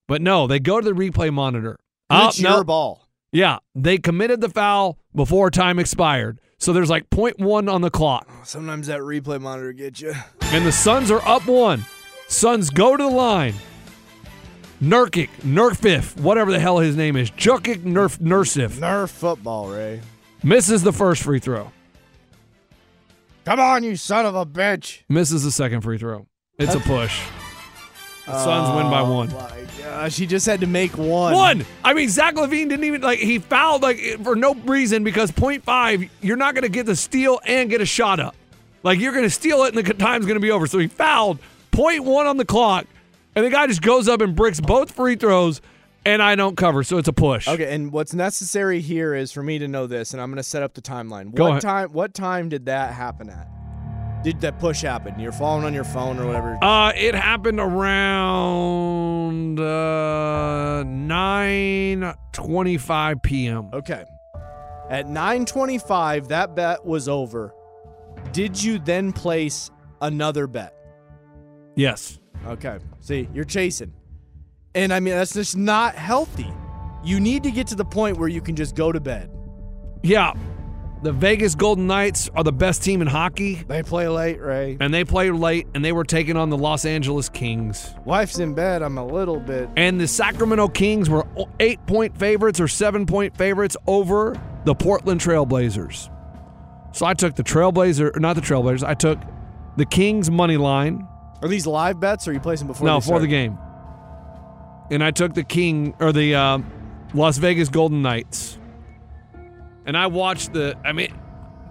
B: But no, they go to the replay monitor.
A: And
B: Oh,
A: it's your
B: no.
A: ball.
B: Yeah, they committed the foul before time expired. So there's like 0.1 on the clock.
A: Sometimes that replay monitor gets you.
B: And the Suns are up one. Suns go to the line. Nurkic, Nurfif, whatever the hell his name is. Jukic Nerf Nursif
A: Nerf football, Ray.
B: misses the first free throw.
A: Come on, you son of a bitch.
B: Misses the second free throw. It's a push. The Suns win by one.
A: My gosh, he just had to make one.
B: One. I mean, Zach Levine didn't even like he fouled like for no reason because point .5, you're not going to get the steal and get a shot up. Like you're going to steal it and the time's going to be over. So he fouled point .1 on the clock, and the guy just goes up and bricks both free throws, and I don't cover. So it's a push.
A: Okay, and what's necessary here is for me to know this, and I'm going to set up the timeline.
B: Go
A: what
B: ahead.
A: time? What time did that happen at? Did that push happen? You're falling on your phone or whatever.
B: Uh, it happened around uh, 9:25 p.m.
A: Okay. At 9:25, that bet was over. Did you then place another bet?
B: Yes.
A: Okay. See, you're chasing. And I mean, that's just not healthy. You need to get to the point where you can just go to bed.
B: Yeah. The Vegas Golden Knights are the best team in hockey.
A: They play late, Ray.
B: and they played late and they were taking on the Los Angeles Kings.
A: Wife's in bed. I'm a little bit.
B: And the Sacramento Kings were eight point favorites or seven point favorites over the Portland Trailblazers. So I took the Trailblazer, or not the Trailblazers, I took the Kings money line.
A: Are these live bets or are you placing before
B: no,
A: they
B: for
A: start?
B: the game. And I took the King or the uh, Las Vegas Golden Knights. And I watched the. I mean,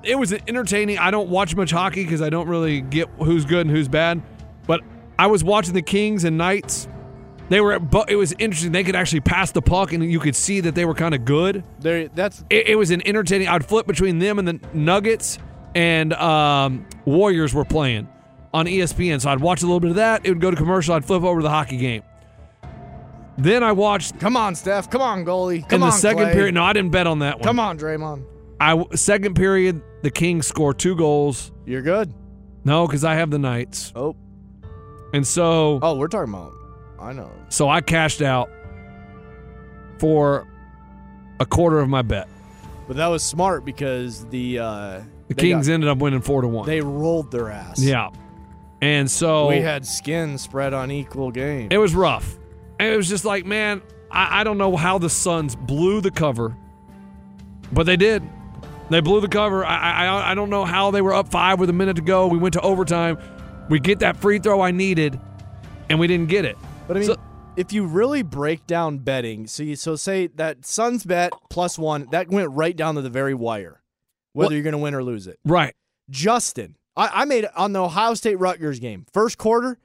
B: it was entertaining. I don't watch much hockey because I don't really get who's good and who's bad. But I was watching the Kings and Knights. They were. But it was interesting. They could actually pass the puck, and you could see that they were kind of good.
A: There, that's
B: It, it was an entertaining. I'd flip between them and the Nuggets and um, Warriors were playing on E ESPN. So I'd watch a little bit of that. It would go to commercial. I'd flip over to the hockey game. Then I watched
A: Come on, Steph. Come on, goalie. Come
B: in the
A: on,
B: second
A: Clay.
B: period. No, I didn't bet on that one.
A: Come on, Draymond.
B: I w- second period, the Kings score two goals.
A: You're good.
B: No, because I have the Knights,
A: Oh,
B: and so
A: oh, we're talking about. I know.
B: so I cashed out for a quarter of my bet.
A: But that was smart because the uh, they
B: The Kings
A: got-
B: ended up winning four to one.
A: they rolled their ass.
B: yeah, and so
A: we had skin spread on equal game.
B: It was rough. And it was just like, man, I, I don't know how the Suns blew the cover, but they did. They blew the cover. I, I I don't know how they were up five with a minute to go. We went to overtime. We get that free throw I needed, and we didn't get it.
A: But I mean,
B: So-
A: if you really break down betting, so you, so say that Suns bet plus one that went right down to the very wire, whether
B: Well-
A: you're going to win or lose it.
B: right.
A: Justin, I, I made it on the Ohio State Rutgers game first quarter,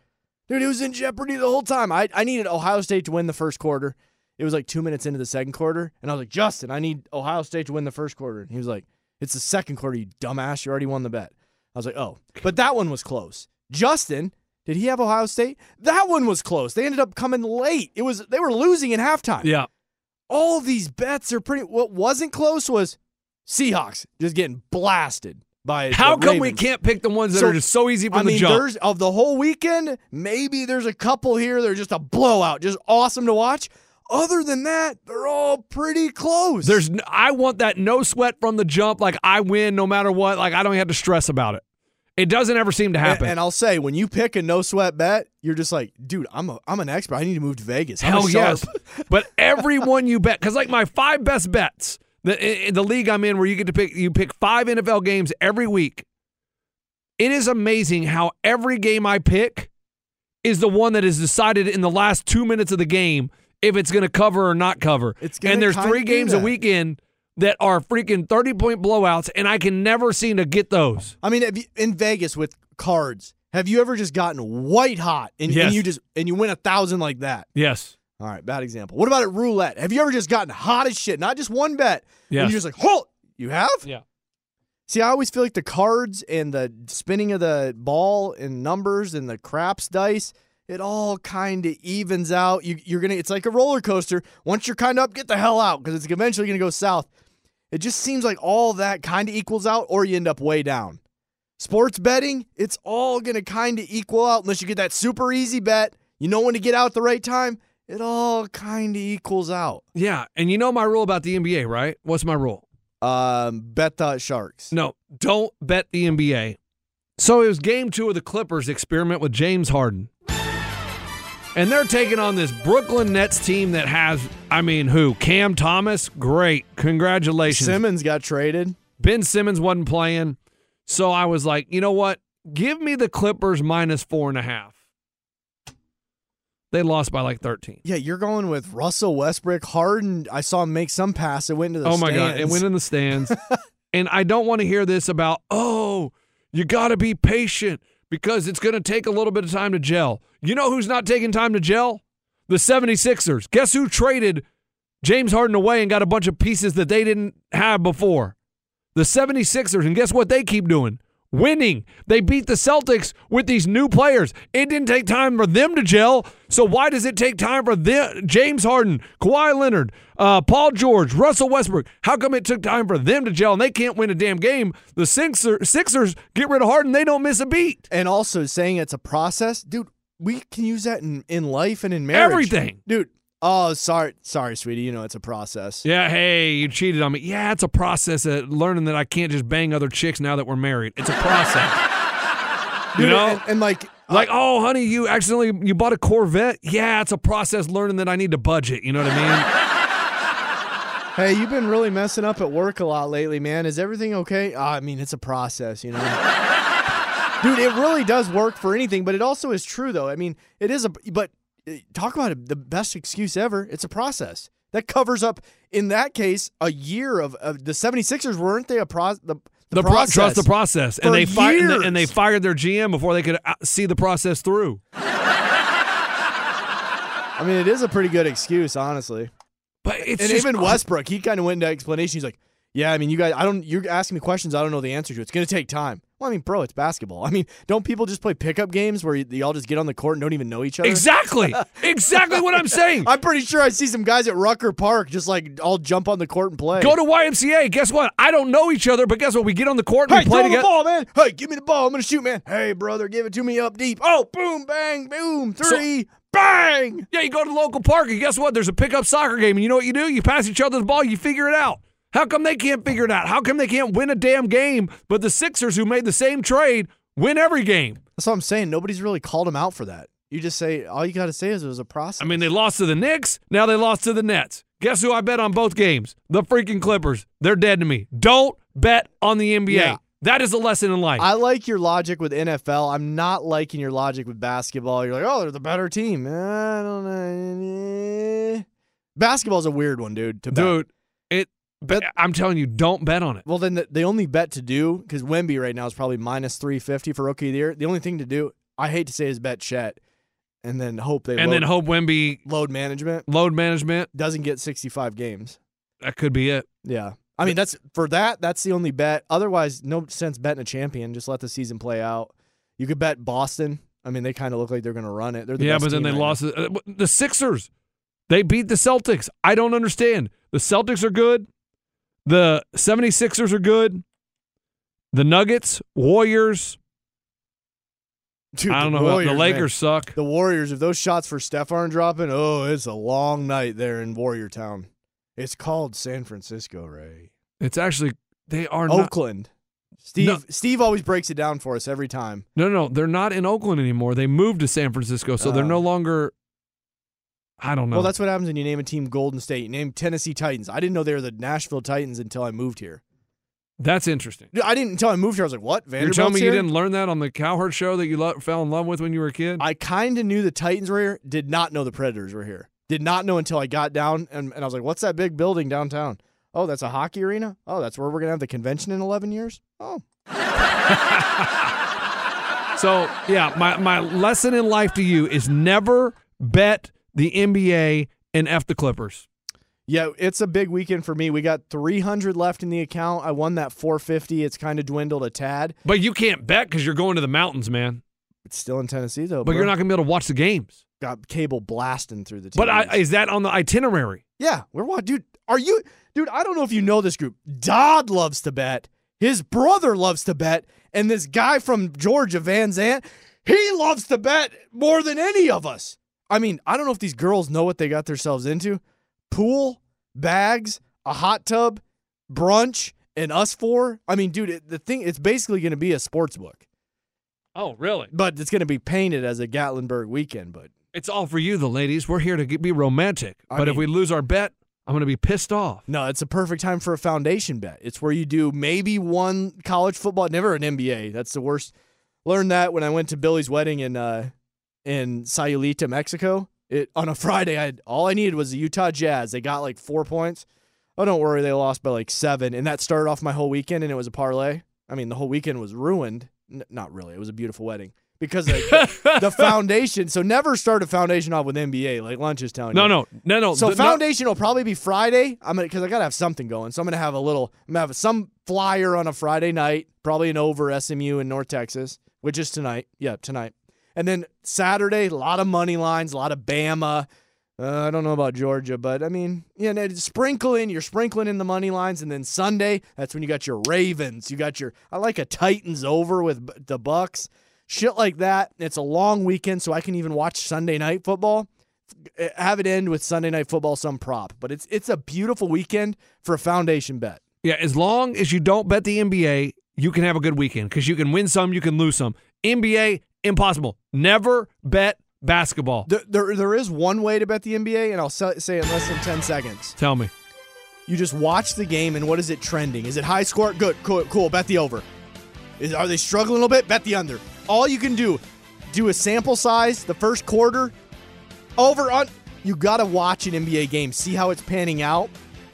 A: dude. It was in jeopardy the whole time. I I needed Ohio State to win the first quarter. It was like two minutes into the second quarter, and I was like, Justin, I need Ohio State to win the first quarter. And he was like, It's the second quarter, you dumbass. You already won the bet. I was like, Oh, but that one was close. Justin, did he have Ohio State? That one was close. They ended up coming late. It was they were losing in halftime.
B: Yeah.
A: All these bets are pretty. What wasn't close was Seahawks just getting blasted by. the
B: How come we
A: Ravens.
B: can't pick the ones that
A: So,
B: are just so easy from
A: I
B: the
A: mean,
B: jump?
A: there's of the whole weekend, maybe there's a couple here that are just a blowout, just awesome to watch. Other than that, they're all pretty close.
B: There's n- I want that no sweat from the jump. Like I win no matter what. Like I don't have to stress about it. It doesn't ever seem to
A: and,
B: happen.
A: and I'll say when you pick a no sweat bet, you're just like, dude, I'm a I'm an expert. I need to move to Vegas. I'm a
B: Hell yes.
A: sharp.
B: but everyone you bet, because like my five best bets, the i- i- the league I'm in, where you get to pick, you pick five NFL games every week. It is amazing how every game I pick is the one that is decided in the last two minutes of the game if it's going to cover or not cover.
A: It's gonna
B: and there's
A: kinda
B: three
A: do
B: games a
A: that.
B: weekend that are freaking thirty point blowouts, and I can never seem to get those.
A: I mean, have you, in Vegas with cards, have you ever just gotten white hot and, and
B: Yes.
A: you just and you win a thousand like that?
B: Yes.
A: All right, bad example. What about at roulette? Have you ever just gotten hot as shit? Not just one bet. and
B: Yes.
A: you're just like, hold. You have?
B: Yeah.
A: See, I always feel like the cards and the spinning of the ball and numbers and the craps dice, it all kind of evens out. You, you're gonna, it's like a roller coaster. Once you're kind of up, get the hell out because it's eventually gonna go south. It just seems like all that kind of equals out, or you end up way down. Sports betting, it's all gonna kind of equal out unless you get that super easy bet. You know when to get out at the right time. It all kind of equals out.
B: Yeah, and you know my rule about the NBA, right? What's my rule?
A: Um, bet the Sharks.
B: No, don't bet the NBA. So it was game two of the Clippers experiment with James Harden. And they're taking on this Brooklyn Nets team that has, I mean, who? Cam Thomas? Great. Congratulations.
A: Simmons got traded.
B: Ben Simmons wasn't playing. So I was like, you know what? Give me the Clippers minus four and a half. They lost by like 13.
A: Yeah, you're going with Russell Westbrook, Harden. I saw him make some pass. It went into the
B: oh my god, it
A: stands.
B: went in the stands. and I don't want to hear this about, "Oh, you got to be patient because it's going to take a little bit of time to gel." You know who's not taking time to gel? The 76ers. Guess who traded James Harden away and got a bunch of pieces that they didn't have before? The 76ers. And guess what they keep doing? Winning. They beat the Celtics with these new players. It didn't take time for them to gel. So why does it take time for them, James Harden, Kawhi Leonard, uh, Paul George, Russell Westbrook? How come it took time for them to gel and they can't win a damn game? The Sixer, Sixers get rid of Harden. They don't miss a beat.
A: and also saying it's a process, dude. We can use that in, in life and in marriage.
B: Everything.
A: dude. Oh, sorry, sorry, sweetie. You know it's a process.
B: Yeah, hey, you cheated on me. Yeah, it's a process of learning that I can't just bang other chicks now that we're married. It's a process. you
A: Dude,
B: know?
A: and, and like,
B: Like, oh, honey, you accidentally you bought a Corvette. Yeah, it's a process learning that I need to budget. You know what I mean?
A: hey, you've been really messing up at work a lot lately, man. Is everything okay? Ah, I mean, it's a process, you know. dude, it really does work for anything, but it also is true though. I mean, it is a but eh, talk about it, the best excuse ever. It's a process. That covers up in that case a year of, of the 76ers weren't they a pro the, the,
B: pro-
A: process.
B: trust the process, and
A: For
B: they fi- and,
A: years.
B: they, and they fired their GM before they could uh, see the process through.
A: I mean, it is a pretty good excuse, honestly.
B: But it's
A: and
B: just-
A: even Westbrook, he kind of went into explanation. He's like, "Yeah, I mean, you guys, I don't. You're asking me questions I don't know the answer to. It's going to take time." Well, I mean, bro, it's basketball. I mean, don't people just play pickup games where y- y'all just get on the court and don't even know each other?
B: exactly, exactly what I'm saying.
A: I'm pretty sure I see some guys at Rucker Park just like all jump on the court and play.
B: Go to YMCA. Guess what? I don't know each other, but guess what? We get on the court and
A: hey,
B: we play
A: throw me the
B: together.
A: ball, man. Hey, give me the ball. I'm gonna shoot, man. Hey, brother, give it to me up deep. Oh, boom, bang, boom, three, bang.
B: Yeah, you go to the local park, and guess what? There's a pickup soccer game, and you know what you do? You pass each other's ball, you figure it out. How come they can't figure it out? How come they can't win a damn game? But the Sixers, who made the same trade, win every game.
A: That's what I'm saying. Nobody's really called him out for that. You just say all you got to say is it was a process.
B: I mean, they lost to the Knicks. Now they lost to the Nets. Guess who I bet on both games? The freaking Clippers. They're dead to me. Don't bet on the NBA.
A: Yeah.
B: That is a lesson in life.
A: I like your logic with NFL. I'm not liking your logic with basketball. You're like, oh, they're the better team. Eh, I don't know. Eh. Basketball's a weird one, dude. To bet.
B: Dude, it. But I'm telling you, don't bet on it.
A: Well, then the, the only bet to do because Wemby right now is probably minus three fifty for rookie of the year. The only thing to do, I hate to say, is bet Chet, and then hope they
B: And
A: load,
B: then hope Wimby
A: load management
B: load management.
A: doesn't get sixty five games.
B: That could be it.
A: Yeah, I mean that's for that. That's the only bet. Otherwise, no sense betting a champion. Just let the season play out. You could bet Boston. I mean, they kind of look like they're going to run it. They're the
B: yeah,
A: best
B: but
A: team
B: then they
A: right now.
B: lost uh, the Sixers. They beat the Celtics. I don't understand. The Celtics are good. The 76ers are good. The Nuggets, Warriors.
A: Dude,
B: I don't know.
A: The,
B: who else-
A: Warriors,
B: the
A: man.
B: Lakers suck.
A: The Warriors. If those shots for Steph aren't dropping, oh, it's a long night there in Warrior Town. It's called San Francisco, Ray.
B: It's actually they are not.
A: Oakland. Steve.
B: No.
A: Steve always breaks it down for us every time.
B: No, no, no, they're not in Oakland anymore. They moved to San Francisco, so they're
A: Oh.
B: no longer. I don't know.
A: Well, that's what happens when you name a team Golden State. You name Tennessee Titans. I didn't know they were the Nashville Titans until I moved here.
B: that's interesting.
A: Dude, I didn't until I moved here. I was like, what?
B: You're
A: Vanderbilt's
B: telling me you
A: here?
B: didn't learn that on the Cowherd show that you lo- fell in love with when you were a kid?
A: I kind of knew the Titans were here. Did not know the Predators were here. Did not know until I got down and, and I was like, "What's that big building downtown? Oh, that's a hockey arena. Oh, that's where we're gonna have the convention in eleven years. Oh,
B: So yeah, my, my lesson in life to you is never bet the NBA and F the Clippers.
A: Yeah, it's a big weekend for me. We got 300 left in the account. I won that 450. It's kind of dwindled a tad.
B: But you can't bet because you're going to the mountains, man.
A: It's still in Tennessee though.
B: But you're not going to be able to watch the games.
A: Got cable blasting through the. TVs.
B: But I, is that on the itinerary?
A: Yeah, we're what, dude? Are you, dude? I don't know if you know this group. Dodd loves to bet. His brother loves to bet, and this guy from Georgia, Van Zant, he loves to bet more than any of us. I mean, I don't know if these girls know what they got themselves into: pool, bags, a hot tub, brunch, and us four. I mean, dude, it, the thing—it's basically going to be a sports book,
B: Oh, really?
A: but it's going to be painted as a Gatlinburg weekend. But
B: It's all for you, the ladies. We're here to get, be romantic.
A: I
B: but if
A: mean-
B: we lose our bet, I'm going to be pissed off.
A: No, it's a perfect time for a foundation bet. It's where you do maybe one college football, never an NBA. That's the worst. Learned that when I went to Billy's wedding in uh, in Sayulita, Mexico. It on a Friday. I had, all I needed was the Utah Jazz. They got like four points. Oh, don't worry, they lost by like seven, and that started off my whole weekend. And it was a parlay. I mean, the whole weekend was ruined. N- not really. It was a beautiful wedding because like, the, the foundation. So never start a foundation off with NBA. Like lunch is telling
B: No,
A: you.
B: no, no, no.
A: So
B: th- no-
A: foundation will probably be Friday. I'm gonna because I gotta have something going. So I'm gonna have a little. I'm gonna have some flyer on a Friday night, probably an over SMU in North Texas, which is tonight. Yeah, tonight. And then Saturday, a lot of money lines, a lot of Bama. Uh, I don't know about Georgia, but I mean, yeah, no, just sprinkle in. You're sprinkling in the money lines, and then Sunday, that's when you got your Ravens. You got your. I like a Titans over with b- the Bucks. Shit like that. It's a long weekend, so I can even watch Sunday night football have it end with Sunday night football some prop, but it's it's a beautiful weekend for a foundation bet.
B: Yeah, as long as you don't bet the NBA, you can have a good weekend because you can win some, you can lose some. NBA, impossible. Never bet basketball.
A: There, there, there is one way to bet the NBA, and I'll sa- say it in less than 10 seconds.
B: Tell me.
A: You just watch the game, and what is it trending? Is it high score? Good, cool, cool. Bet the over. Is, are they struggling a little bit? Bet the under. All you can do, do a sample size, the first quarter, over, on. You got to watch an NBA game, see how it's panning out.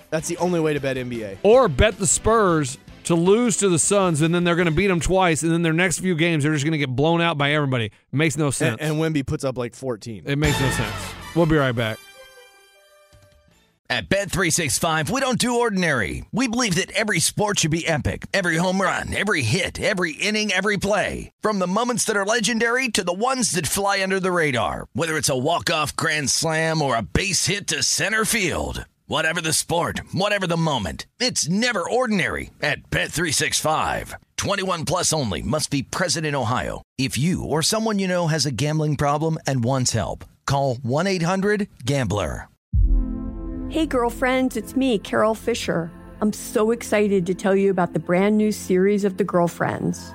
A: That's the only way to bet NBA.
B: Or bet the Spurs to lose to the Suns and then they're going to beat them twice and then their next few games they're just going to get blown out by everybody. Makes no sense.
A: And, and Wimby puts up like 14.
B: it makes no sense. We'll be right back.
G: At Bet365, we don't do ordinary. We believe that every sport should be epic. Every home run, every hit, every inning, every play. From the moments that are legendary to the ones that fly under the radar. Whether it's a walk-off grand slam or a base hit to center field. Whatever the sport, whatever the moment, it's never ordinary at Bet365. 21 plus only must be present in Ohio. If you or someone you know has a gambling problem and wants help, call 1-800-GAMBLER.
H: Hey, girlfriends, it's me, Carol Fisher. I'm so excited to tell you about the brand new series of The Girlfriends.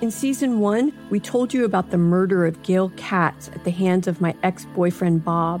H: In season one, we told you about the murder of Gail Katz at the hands of my ex boyfriend, Bob.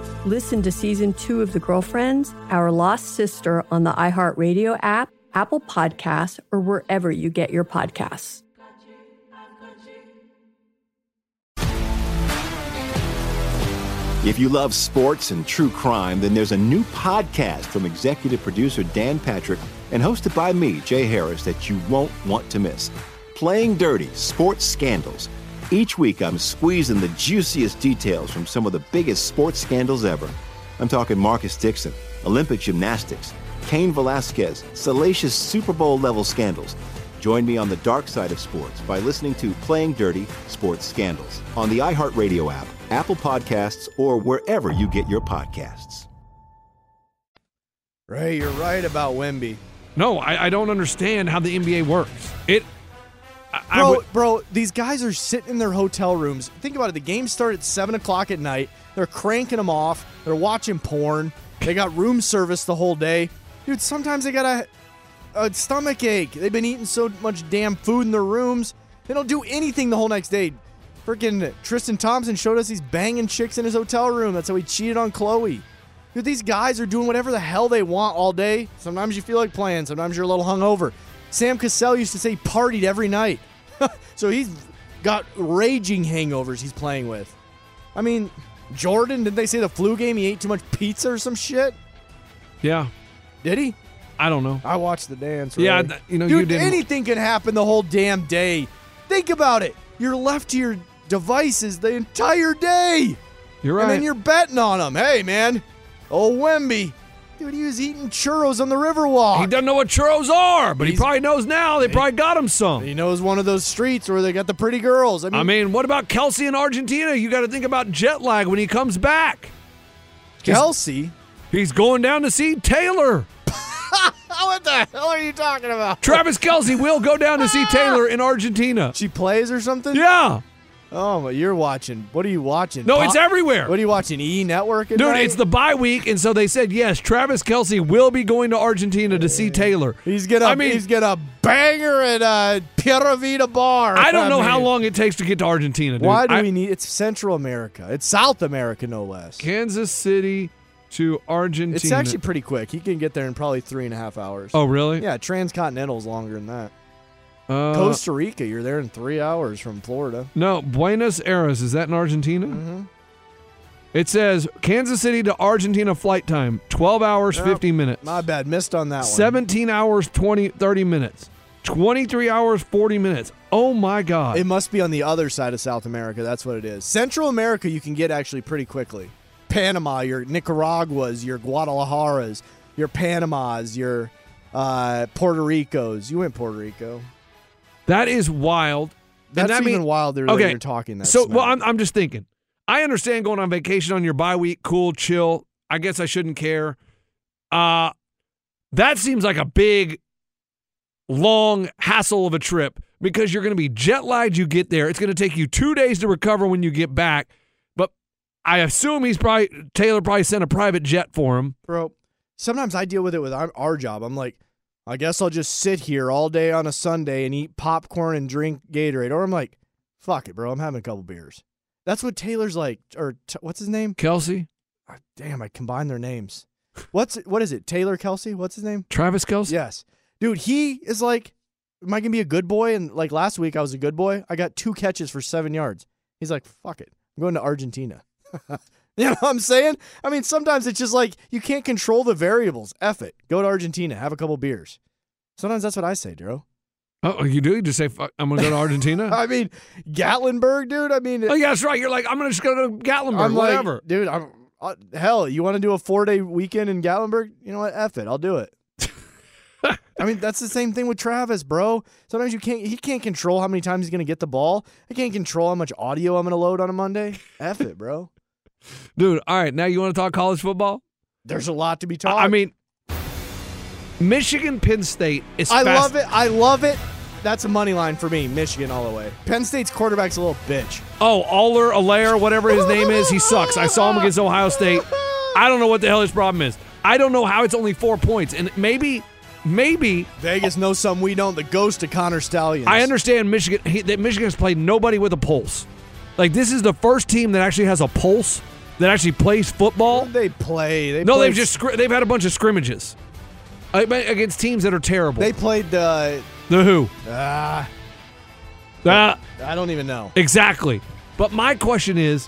H: Listen to season two of The Girlfriends, Our Lost Sister on the iHeartRadio app, Apple Podcasts, or wherever you get your podcasts.
F: If you love sports and true crime, then there's a new podcast from executive producer Dan Patrick and hosted by me, Jay Harris, that you won't want to miss. Playing Dirty Sports Scandals. Each week, I'm squeezing the juiciest details from some of the biggest sports scandals ever. I'm talking Marcus Dixon, Olympic gymnastics, Kane Velasquez, salacious Super Bowl level scandals. Join me on the dark side of sports by listening to Playing Dirty Sports Scandals on the iHeartRadio app, Apple Podcasts, or wherever you get your podcasts.
A: Ray, you're right about Wimby.
B: No, I, I don't understand how the NBA works. It, I, I
A: bro,
B: would-
A: bro, these guys are sitting in their hotel rooms. Think about it. The games start at seven o'clock at night. They're cranking them off. They're watching porn. They got room service the whole day, dude. Sometimes they got a, a stomach ache. They've been eating so much damn food in their rooms. They don't do anything the whole next day. Freaking Tristan Thompson showed us he's banging chicks in his hotel room. That's how he cheated on Chloe. Dude, these guys are doing whatever the hell they want all day. Sometimes you feel like playing. Sometimes you're a little hungover. Sam Cassell used to say he partied every night. so he's got raging hangovers he's playing with. I mean, Jordan, didn't they say the flu game he ate too much pizza or some shit?
B: yeah,
A: Did he?
B: I don't know.
A: I watched the dance.
B: Yeah,
A: really.
B: th- Oh, you know,
A: Dude,
B: you didn't-
A: anything can happen the whole damn day. Think about it. You're left to your devices the entire day.
B: You're
A: And
B: right.
A: then you're betting on them. Hey, man. Oh, Wemby. Dude, he was eating churros on the Riverwalk.
B: He doesn't know what churros are, but he
A: He's-
B: probably knows now. They probably got him some.
A: He knows one of those streets where they got the pretty girls. I mean,
B: I mean, what about Kelsey in Argentina? You got to think about jet lag when he comes back.
A: Kelsey.
B: He's going down to see Taylor.
A: what the hell are you talking about?
B: Travis Kelsey will go down to see Taylor in Argentina.
A: She plays or something?
B: Yeah.
A: Oh, but you're watching. What are you watching?
B: No, it's everywhere.
A: What are you watching? E Network? at
B: Dude,
A: night?
B: it's the bye week, and so they said yes. Travis Kelsey will be going to Argentina to see Taylor.
A: He's gonna.
B: I mean-
A: he's gonna banger at uh, Pura Vida Bar.
B: I don't know how
A: mean,
B: long it takes to get to Argentina. Dude.
A: Why do
B: I-
A: we need? It's Central America. It's South America, no less.
B: Kansas City to Argentina?
A: It's actually pretty quick. He can get there in probably three and a half hours.
B: Oh, really?
A: Yeah, transcontinental's longer than that.
B: Uh,
A: Costa Rica, you're there in three hours from Florida.
B: No, Buenos Aires is that in Argentina?
A: Mm-hmm.
B: It says Kansas City to Argentina flight time 12 hours
A: Nope.
B: 50 minutes.
A: My bad, missed on that one.
B: 17 hours 20 30 minutes. 23 hours 40 minutes. Oh my god.
A: It must be on the other side of South America. That's what it is. Central America, you can get actually pretty quickly. Panama, your Nicaraguas, your Guadalajaras, your Panamas, your uh, Puerto Ricos. You went Puerto Rico.
B: that is wild. And
A: That's
B: that mean-
A: even wilder that
B: okay.
A: you're talking that.
B: So,
A: smack.
B: well, I'm, I'm just thinking. I understand going on vacation on your bye week, cool, chill. I guess I shouldn't care. Uh that seems like a big, long hassle of a trip because you're going to be jet lagged. You get there, it's going to take you two days to recover when you get back. But I assume he's probably Taylor probably sent a private jet for him.
A: bro. Sometimes I deal with it with our, our job. I'm like, I guess I'll just sit here all day on a Sunday and eat popcorn and drink Gatorade, or I'm like, fuck it, bro. I'm having a couple beers. That's what Taylor's like, or t- what's his name?
B: Kelsey,
A: Ah, Damn, I combined their names. What's what is it? Taylor Kelsey? What's his name?
B: Travis Kelsey.
A: Yes, dude. He is like, am I gonna be a good boy? And like last week, I was a good boy. I got two catches for seven yards. He's like, fuck it, I'm going to Argentina. you know what I'm saying? I mean, sometimes it's just like you can't control the variables. F it. Go to Argentina. Have a couple beers. Sometimes that's what I say, Duro.
B: Oh, you do? You just say, "Fuck, I'm going to go to Argentina?
A: I mean, Gatlinburg, dude. I mean,
B: oh, yeah, that's right. You're like, I'm going to just go to Gatlinburg,
A: I'm like,
B: whatever.
A: dude. I'm uh, hell. You want to do a four day weekend in Gatlinburg? You know what? F it. I'll do it. I mean, that's the same thing with Travis, bro. Sometimes you can't. He can't control how many times he's gonna get the ball. I can't control how much audio I'm gonna load on a Monday. F it, bro.
B: Dude, all right. Now you want to talk college football?
A: There's a lot to be taught.
B: I I mean, Michigan Penn State is.
A: I
B: fast-
A: love it. I love it. That's a money line for me. Michigan all the way. Penn State's quarterback's a little bitch.
B: Oh, Aller, Allaire, whatever his name is, he sucks. I saw him against Ohio State. I don't know what the hell his problem is. I don't know how it's only four points, and maybe, maybe
A: Vegas knows something we don't. The ghost of Connor Stallions.
B: I understand Michigan he, that Michigan has played nobody with a pulse. Like this is the first team that actually has a pulse that actually plays football.
A: They play. They
B: no,
A: play
B: they've just scr- they've had a bunch of scrimmages I mean, against teams that are terrible.
A: They played the.
B: the who?
A: Uh,
B: Ah.
A: I don't even know.
B: Exactly. But my question is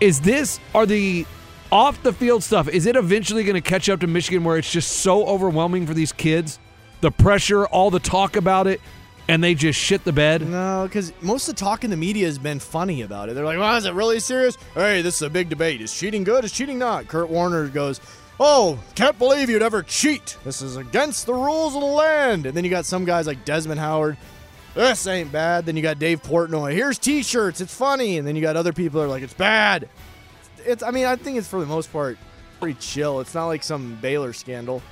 B: is this are the off the field stuff is it eventually going to catch up to Michigan where it's just so overwhelming for these kids? The pressure, all the talk about it and they just shit the bed?
A: No, because most of the talk in the media has been funny about it. They're like, "Wow, is it really serious? Hey, this is a big debate. Is cheating good? Is cheating not?" Kurt Warner goes, "Oh, can't believe you'd ever cheat. This is against the rules of the land." And then you got some guys like Desmond Howard. This ain't bad. Then you got Dave Portnoy. Here's T-shirts. It's funny. And then you got other people that are like, "It's bad." It's. I mean, I think it's for the most part pretty chill. It's not like some Baylor scandal.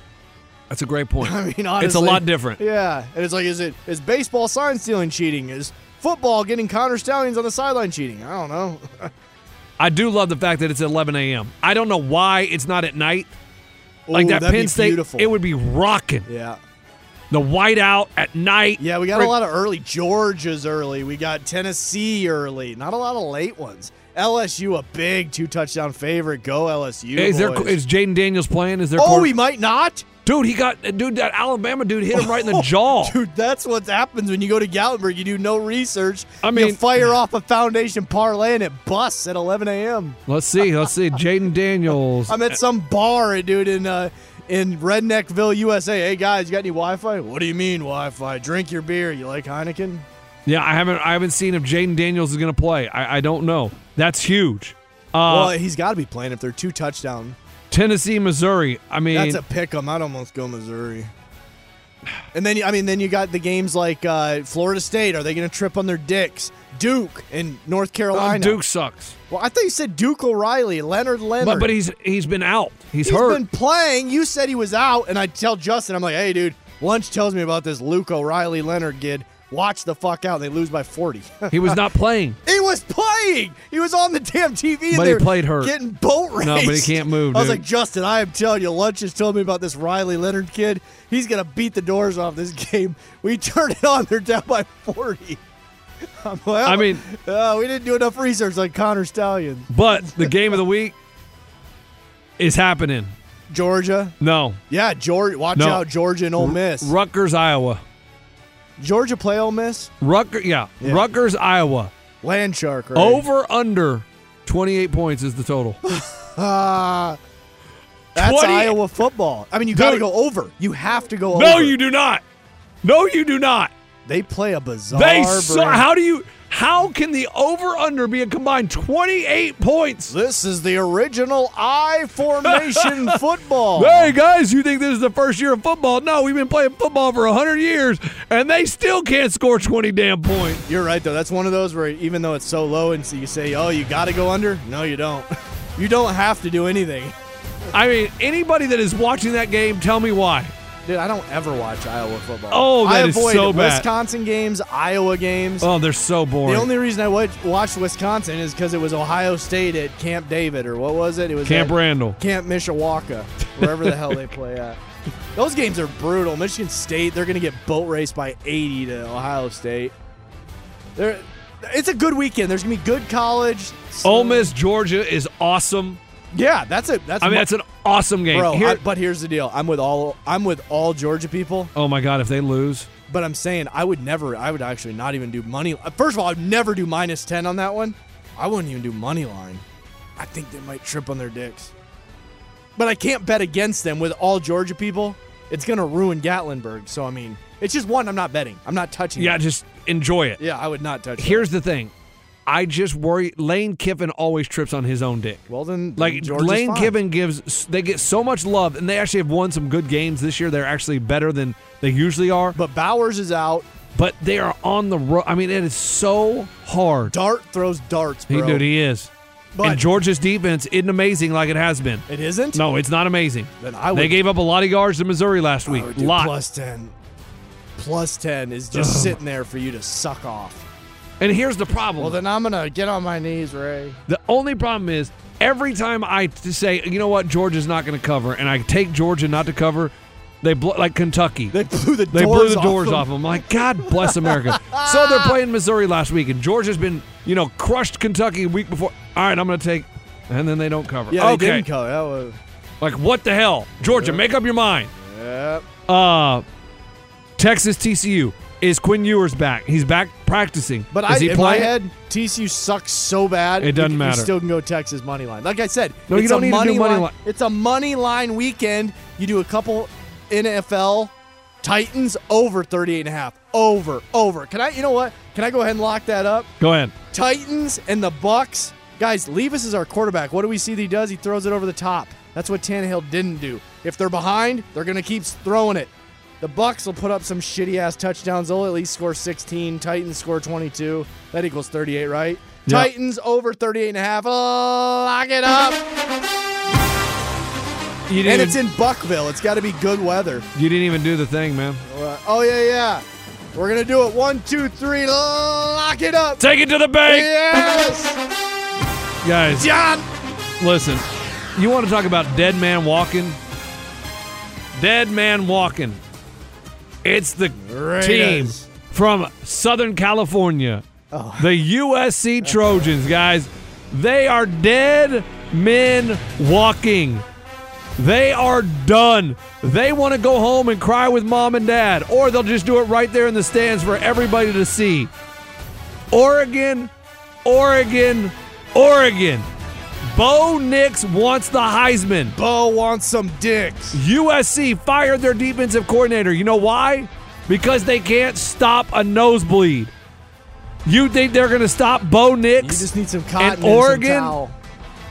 B: That's a great point.
A: I mean,
B: it's a
A: honestly,
B: lot different.
A: Yeah, and it's like, is it is baseball sign stealing cheating? Is football getting Connor Stallions on the sideline cheating? I don't know.
B: I do love the fact that it's 11 a.m. I don't know why it's not at night. Like
A: Ooh,
B: that
A: that'd
B: Penn
A: be
B: State,
A: beautiful.
B: it would be rocking.
A: yeah,
B: The whiteout at night.
A: yeah, we got a lot of early Georgia's early. We got Tennessee early. Not a lot of late ones. LSU a big two touchdown favorite. Go LSU.
B: Is there
A: boys.
B: is Jaden Daniels playing? Is there?
A: oh, he might not.
B: Dude, he got dude that Alabama dude hit him right in the jaw.
A: Oh, Dude, that's what happens when you go to Gatlinburg. You do no research.
B: I
A: you
B: mean-
A: fire off a foundation parlay and it busts at 11 a.m.
B: Let's see. Let's see. Jaden Daniels.
A: I'm at some bar, dude, in uh, in Redneckville, USA. Hey guys, you got any Wi-Fi? What do you mean Wi-Fi? Drink your beer. You like Heineken?
B: Yeah, I haven't I haven't seen if Jaden Daniels is going to play. I, I don't know. That's huge.
A: well,
B: Uh,
A: he's got to be playing if they're two touchdown.
B: Tennessee, Missouri. I mean,
A: That's a pick 'em. I'd almost go Missouri. And then you- I mean, then you got the games like uh, Florida State. Are they going to trip on their dicks? Duke and North
B: uh,
A: Carolina.
B: Duke sucks.
A: Well, I thought you said Duke O'Reilly, Leonard Leonard.
B: But, but he's he's been out. He's,
A: He's
B: hurt.
A: been playing. You said he was out, and I tell Justin, I'm like, hey, dude, lunch tells me about this Luke O'Reilly Leonard kid. Watch the fuck out. They lose by 40.
B: he was not playing.
A: he was playing. He was on the damn TV. and
B: But
A: they
B: he
A: were
B: played hurt.
A: Getting boat raced.
B: No, but he can't move,
A: I was
B: dude.
A: like, Justin, I am telling you, lunch has told me about this Riley Leonard kid. He's gonna beat the doors off this game. We turn it on. They're down by 40. I'm like,
B: I mean-
A: oh, we didn't do enough research on Connor Stallion.
B: But the game of the week is happening.
A: Georgia.
B: No.
A: Yeah, Georgia. Watch
B: No.
A: out, Georgia and Ole Miss.
B: Rutgers, Iowa.
A: Georgia play Ole Miss?
B: Rutgers, yeah.
A: Yeah.
B: Rutgers, Iowa.
A: Land Shark, right?
B: Over under 28 points is the total.
A: Ah, that's
B: 20
A: Iowa football. I mean, you got to
B: Dude.
A: go over. You have to go
B: no,
A: over.
B: you do not. No, you do not.
A: They play a bizarre.
B: They su-
A: brand.
B: how do you how can the over under be a combined 28 points?
A: This is the original I formation football.
B: Hey guys, you think this is the first year of football? No, we've been playing football for 100 years and they still can't score 20 damn points.
A: You're right though. That's one of those where even though it's so low, and so you say, "Oh, you got to go under." No, you don't. You don't have to do anything.
B: I mean, anybody that is watching that game, tell me why.
A: Dude, I don't ever watch Iowa football.
B: Oh,
A: I
B: that is
A: avoid
B: so bad.
A: Wisconsin games, Iowa games.
B: Oh, they're so boring.
A: The only reason I wa- watched Wisconsin is because it was Ohio State at Camp David, or what was it? It was
B: Camp
A: at
B: Randall.
A: Camp Mishawaka, wherever the hell they play at. Those games are brutal. Michigan State, they're going to get boat raced by 80 to Ohio State. They're, it's a good weekend. There's going to be good college.
B: Ole Miss Georgia is awesome.
A: Yeah, that's it. That's
B: I mean,
A: my-
B: that's an awesome game.
A: bro.
B: Here-
A: I- but here's the deal. I'm with all. I'm with all Georgia people.
B: oh my God, if they lose,
A: But I'm saying I would never. I would actually not even do money. uh, First of all, I'd never do minus ten on that one. I wouldn't even do money line. I think they might trip on their dicks. But I can't bet against them with all Georgia people. It's gonna ruin Gatlinburg. So I mean, it's just one I'm not betting. I'm not touching.
B: yeah,
A: it.
B: just enjoy it.
A: yeah, I would not touch. it.
B: Here's the thing. I just worry. Lane Kiffin always trips on his own dick.
A: Well then,
B: Like
A: Georgia's
B: Lane
A: fine.
B: Kiffin gives, they get so much love, and they actually have won some good games this year. They're actually better than they usually are,
A: But Bowers is out.
B: but they are on the road. I mean, it is so hard.
A: Dart throws darts,
B: He,
A: bro.
B: dude, he is.
A: But-
B: and Georgia's defense isn't amazing like it has been.
A: it isn't.
B: No, it's not amazing.
A: Then I
B: they
A: would-
B: gave up a lot of yards to Missouri last week.
A: I would do
B: lot.
A: plus ten. Plus ten is just sitting there for you to suck off.
B: and here's the problem.
A: Well, then I'm gonna get on my knees, Ray.
B: The only problem is every time I t- say, you know what, Georgia's not going to cover, and I take Georgia not to cover, they bl- like Kentucky.
A: They blew the
B: They
A: doors
B: blew the
A: off
B: doors
A: them.
B: off them. I'm like, God bless America. so they're playing Missouri last week, and Georgia's been, you know, crushed Kentucky a week before. All right, I'm going to take, and then they don't cover.
A: Yeah,
B: okay.
A: they didn't cover. That was,
B: Like, what the hell? Georgia, make up your mind.
A: yep.
B: Uh, Texas TCU. Is Quinn Ewers back? He's back practicing.
A: But
B: Is
A: I,
B: he
A: in my
B: playing?
A: head, TCU sucks so bad.
B: It doesn't
A: we,
B: matter.
A: We still can go Texas money line. Like I said,
B: No, you
A: it's
B: don't
A: a
B: need to do
A: money
B: money
A: line.
B: line.
A: It's a money line weekend. You do a couple NFL Titans over 38 and a half. Over, over. Can I? You know what? Can I go ahead and lock that up?
B: Go ahead.
A: Titans and the Bucks. Guys, Levis is our quarterback. What do we see that he does? He throws it over the top. That's what Tannehill didn't do. If they're behind, they're gonna keep throwing it. The Bucks will put up some shitty ass touchdowns. They'll at least score 16. Titans score 22. That equals 38, right?
B: Yeah.
A: Titans over 38 and a half. Oh, lock it up.
B: You
A: and
B: didn't even-
A: it's in Buckville. It's got to be good weather.
B: You didn't even do the thing, man.
A: Oh yeah, yeah. We're gonna do it. One, two, three. Lock it up.
B: Take it to the bank.
A: Yes,
B: Guys,
A: John.
B: listen. You want to talk about dead man walking? Dead man walking. It's the team
A: Raiders.
B: from Southern California. The USC Trojans, guys. They are dead men walking. They are done. They want to go home and cry with mom and dad, or they'll just do it right there in the stands for everybody to see. Oregon, Oregon, Oregon. Bo Nix wants the Heisman.
A: Bo wants some dicks.
B: USC fired their defensive coordinator. You know why? Because they can't stop a nosebleed. You think they're going to stop Bo Nix?
A: You just need some cotton
B: and
A: and some
B: Oregon.
A: towel.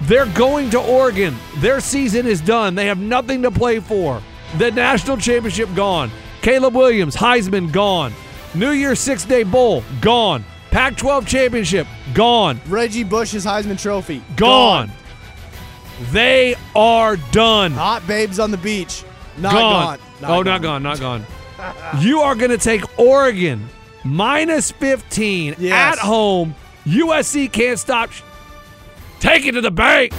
B: They're going to Oregon. Their season is done. They have nothing to play for. The national championship gone. Caleb Williams, Heisman gone. New Year's Six Day Bowl gone. Pac 12 championship gone.
A: Reggie Bush's Heisman Trophy
B: Gone. They are done.
A: Hot babes on the beach. Not
B: gone.
A: gone.
B: oh, not gone, not gone. you are going to take Oregon minus 15 at home. USC can't stop. sh- Take it to the bank.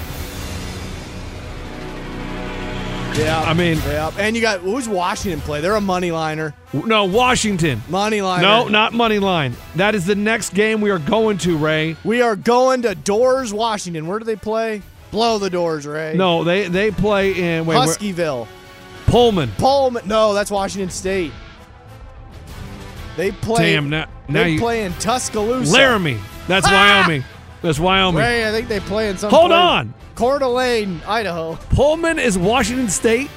A: Yeah.
B: I mean,
A: Yep. And you got who's Washington play? They're a money liner.
B: no, Washington.
A: Money liner.
B: No, not money line. That is the next game we are going to, Ray.
A: We are going to Doors, Washington. Where do they play? Blow the doors, Ray.
B: No, they they play in wait, where-
A: Huskyville.
B: Pullman.
A: Pullman. No, that's Washington State. They play.
B: Damn, now- now
A: they
B: you-
A: play in Tuscaloosa.
B: Laramie. That's Wyoming. That's Wyoming.
A: Ray, I think they play in some.
B: Hold
A: place-
B: on.
A: Coeur d'Alene, Idaho.
B: Pullman is Washington State.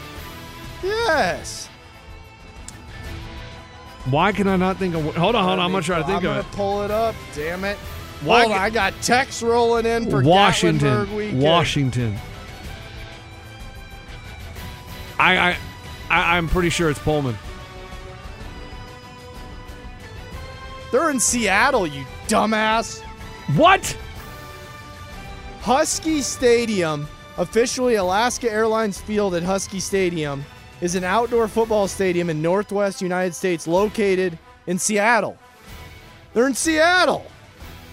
A: Yes.
B: Why can I not think of? Hold on, hold on. I'm gonna try to think
A: I'm
B: of it.
A: gonna pull it up. Damn it.
B: Why
A: Hold
B: ca-
A: on, I got text rolling in for Gatlinburg
B: Washington.
A: weekend.
B: Washington. I, I, I, I'm pretty sure it's Pullman.
A: They're in Seattle, you dumbass.
B: What?
A: Husky Stadium, officially Alaska Airlines Field at Husky Stadium, is an outdoor football stadium in northwest United States located in Seattle. They're in Seattle.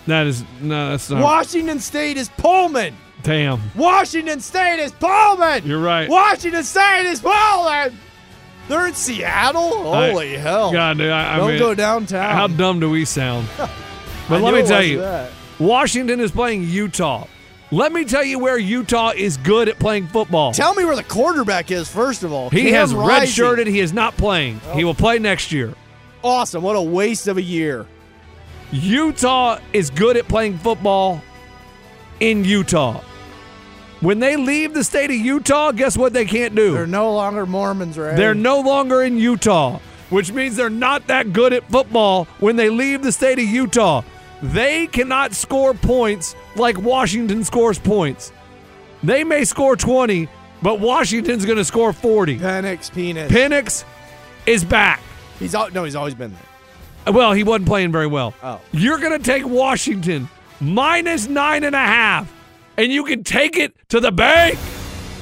B: That is no. That's not.
A: Washington State is Pullman.
B: Damn.
A: Washington State is Pullman.
B: You're right.
A: Washington State is Pullman. They're in Seattle?
B: I-
A: Holy hell.
B: God, dude, I, I
A: Don't
B: mean,
A: go downtown.
B: How dumb do we sound? But
A: I knew
B: let me
A: it
B: tell
A: wasn't
B: you,
A: that.
B: Washington is playing Utah. Let me tell you where Utah is good at playing football.
A: Tell me where the quarterback is, first of all.
B: he
A: Cam
B: has
A: Rising. Oh.
B: redshirted. He is not playing. He will play next year.
A: Awesome. What a waste of a year.
B: Utah is good at playing football in Utah. When they leave the state of Utah, guess what they can't do?
A: They're no longer Mormons, right?
B: They're no longer in Utah, which means they're not that good at football when they leave the state of Utah. They cannot score points like Washington scores points. They may score 20, but Washington's going to score 40.
A: Penix penis.
B: Penix is back.
A: he's out. No, he's always been there.
B: Well, he wasn't playing very well.
A: Oh.
B: You're going to take Washington minus nine and a half, and you can take it to the bank.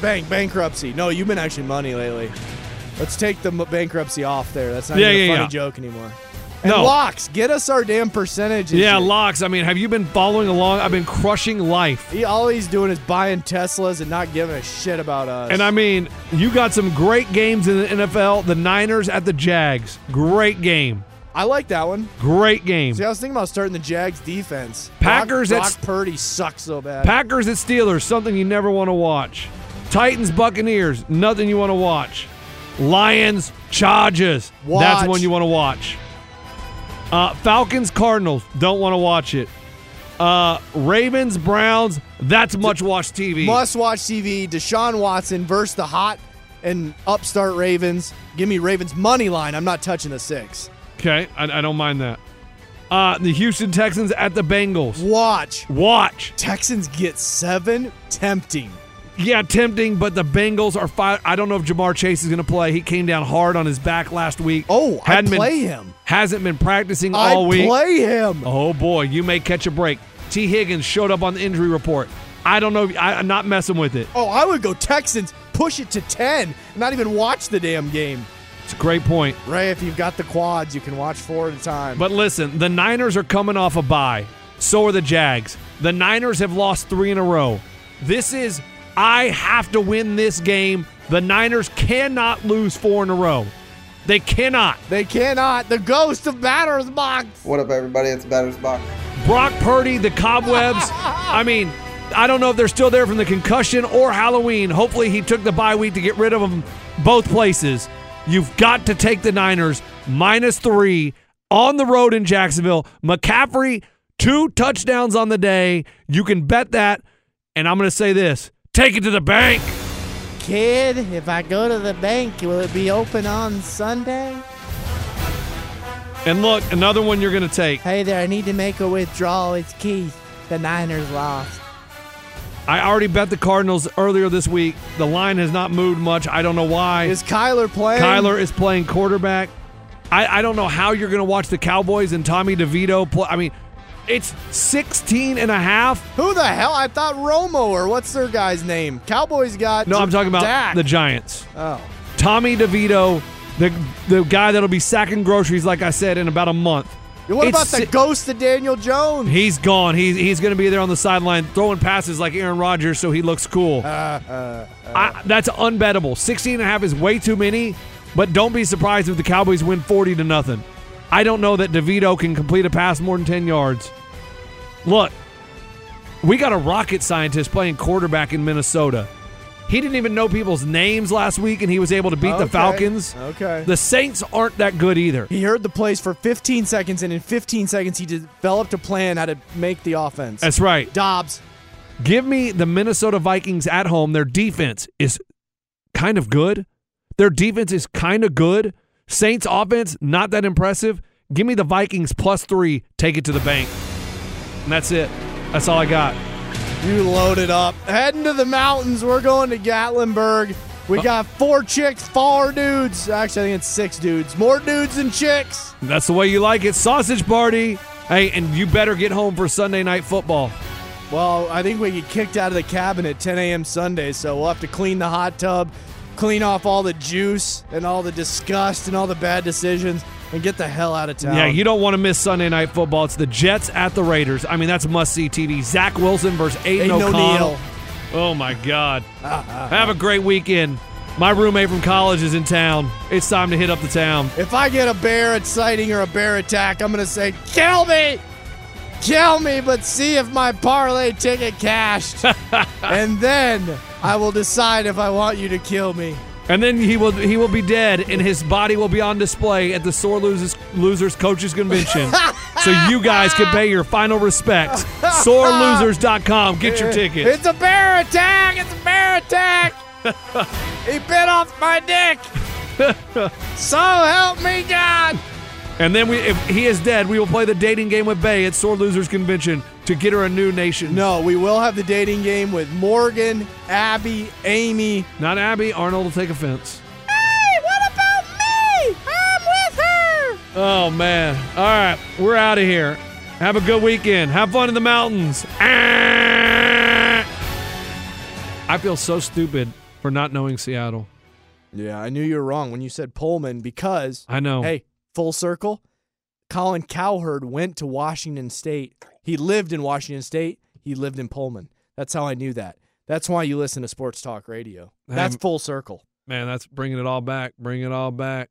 A: Bang bankruptcy. No, you've been actually money lately. Let's take the m- bankruptcy off there. That's not
B: Yeah,
A: even
B: yeah,
A: a funny
B: yeah.
A: joke anymore. And
B: No.
A: locks, get us our damn percentages.
B: Yeah,
A: here.
B: locks. I mean, have you been following along? I've been crushing life.
A: He, all he's doing is buying Teslas and not giving a shit about us.
B: And I mean, you got some great games in the NFL. The Niners at the Jags. Great game.
A: I like that one.
B: Great game.
A: See, I was thinking about starting the Jags defense.
B: Packers
A: Brock,
B: at-
A: Brock Purdy sucks so bad.
B: Packers at Steelers, something you never want to watch. Titans Buccaneers, nothing you want to watch. Lions Chargers, that's
A: Watch.
B: one you want to watch. Uh, Falcons Cardinals, don't want to watch it. Uh, Ravens Browns, that's much watch TV.
A: Must watch TV. Deshaun Watson versus the hot and upstart Ravens. Give me Ravens money line. I'm not touching a six.
B: Okay, I, I don't mind that. Uh, the Houston Texans at the Bengals,
A: Watch.
B: watch.
A: Texans get seven. Tempting.
B: Yeah, tempting, but the Bengals are fine. I don't know if Jamar Chase is going to play. He came down hard on his back last week.
A: Oh, I
B: Hadn't been-
A: play him.
B: Hasn't been practicing
A: I
B: all week.
A: play him.
B: Oh boy, you may catch a break. T. Higgins showed up on the injury report. I don't know. I, I'm not messing with it.
A: Oh, I would go Texans. push it to 10 and not even watch the damn game.
B: It's a great point.
A: Ray, if you've got the quads, you can watch four at a time.
B: But listen, the Niners are coming off a bye. So are the Jags. The Niners have lost three in a row. This is, I have to win this game. The Niners cannot lose four in a row. They cannot.
A: They cannot. The ghost of Batters Box.
D: What up, everybody? It's Batters Box.
B: Brock Purdy, the cobwebs. I mean, I don't know if they're still there from the concussion or Halloween. Hopefully, he took the bye week to get rid of them both places. You've got to take the Niners minus three on the road in Jacksonville. McCaffrey, two touchdowns on the day. You can bet that. And I'm going to say this take it to the bank.
I: Kid, if I go to the bank, will it be open on Sunday?
B: And look, another one you're going to take.
I: Hey there, I need to make a withdrawal. It's Keith. The Niners lost.
B: I already bet the Cardinals earlier this week. The line has not moved much. I don't know why.
A: Is Kyler playing?
B: Kyler is playing quarterback. I, I don't know how you're going to watch the Cowboys and Tommy DeVito play. I mean, it's 16 and a half.
A: Who the hell? I thought Romo or what's their guy's name? Cowboys got.
B: No, I'm talking about
A: Dak.
B: the Giants.
A: Oh.
B: Tommy DeVito, the the guy that'll be sacking groceries, like I said, in about a month.
A: What
B: It's
A: about the
B: si-
A: ghost of Daniel Jones?
B: He's gone. He's he's going to be there on the sideline throwing passes like Aaron Rodgers, so he looks cool. I, that's unbettable. 16 and a half is way too many, but don't be surprised if the Cowboys win 40 to nothing. I don't know that DeVito can complete a pass more than 10 yards. Look, we got a rocket scientist playing quarterback in Minnesota. He didn't even know people's names last week, and he was able to beat the
A: Okay.
B: Falcons.
A: Okay.
B: The Saints aren't that good either.
A: He heard the plays for 15 seconds, and in 15 seconds, he developed a plan how to make the offense.
B: That's right.
A: Dobbs.
B: Give me the Minnesota Vikings at home. Their defense is kind of good. Their defense is kind of good. Saints offense, not that impressive. Give me the Vikings plus three. Take it to the bank. And that's it. That's all I got.
A: You loaded up. Heading to the mountains. We're going to Gatlinburg. We got four chicks, four dudes. Actually, I think it's six dudes. More dudes than chicks.
B: That's the way you like it. Sausage party. Hey, and you better get home for Sunday night football.
A: Well, I think we get kicked out of the cabin at 10 a.m. Sunday, so we'll have to clean the hot tub, clean off all the juice and all the disgust and all the bad decisions, and get the hell out of town.
B: Yeah, you don't want to miss Sunday night football. It's the Jets at the Raiders. I mean, that's must see TV. Zach Wilson versus Aiden,
A: Aiden O'Neal.
B: Oh my God. Have a great weekend. My roommate from college is in town. It's time to hit up the town.
A: If I get a bear at sighting or a bear attack, I'm going to say, kill me! Kill me, but see if my parlay ticket cashed. and then I will decide if I want you to kill me.
B: And then he will he will be dead, and his body will be on display at the sore losers losers coaches convention. so you guys can pay your final respects. SoreLosers.com. Get your tickets.
A: It's a bear attack! It's a bear attack! he bit off my dick! so help me God!
B: And then we, if he is dead, we will play the dating game with Bay at Sore Losers Convention to get her a new nation.
A: No, we will have the dating game with Morgan, Abby, Amy.
B: Not Abby. Arnold will take offense.
A: Hey, what about me? I'm with her!
B: Oh, man. All right. We're out of here. Have a good weekend. Have fun in the mountains. Ah! I feel so stupid for not knowing Seattle.
A: Yeah, I knew you were wrong when you said Pullman because
B: I know.
A: Hey, full circle. Colin Cowherd went to Washington State. He lived in Washington State. He lived in Pullman. That's how I knew that. That's why you listen to Sports Talk Radio. That's
B: Hey.
A: full circle.
B: Man, that's bringing it all back. Bring it all back.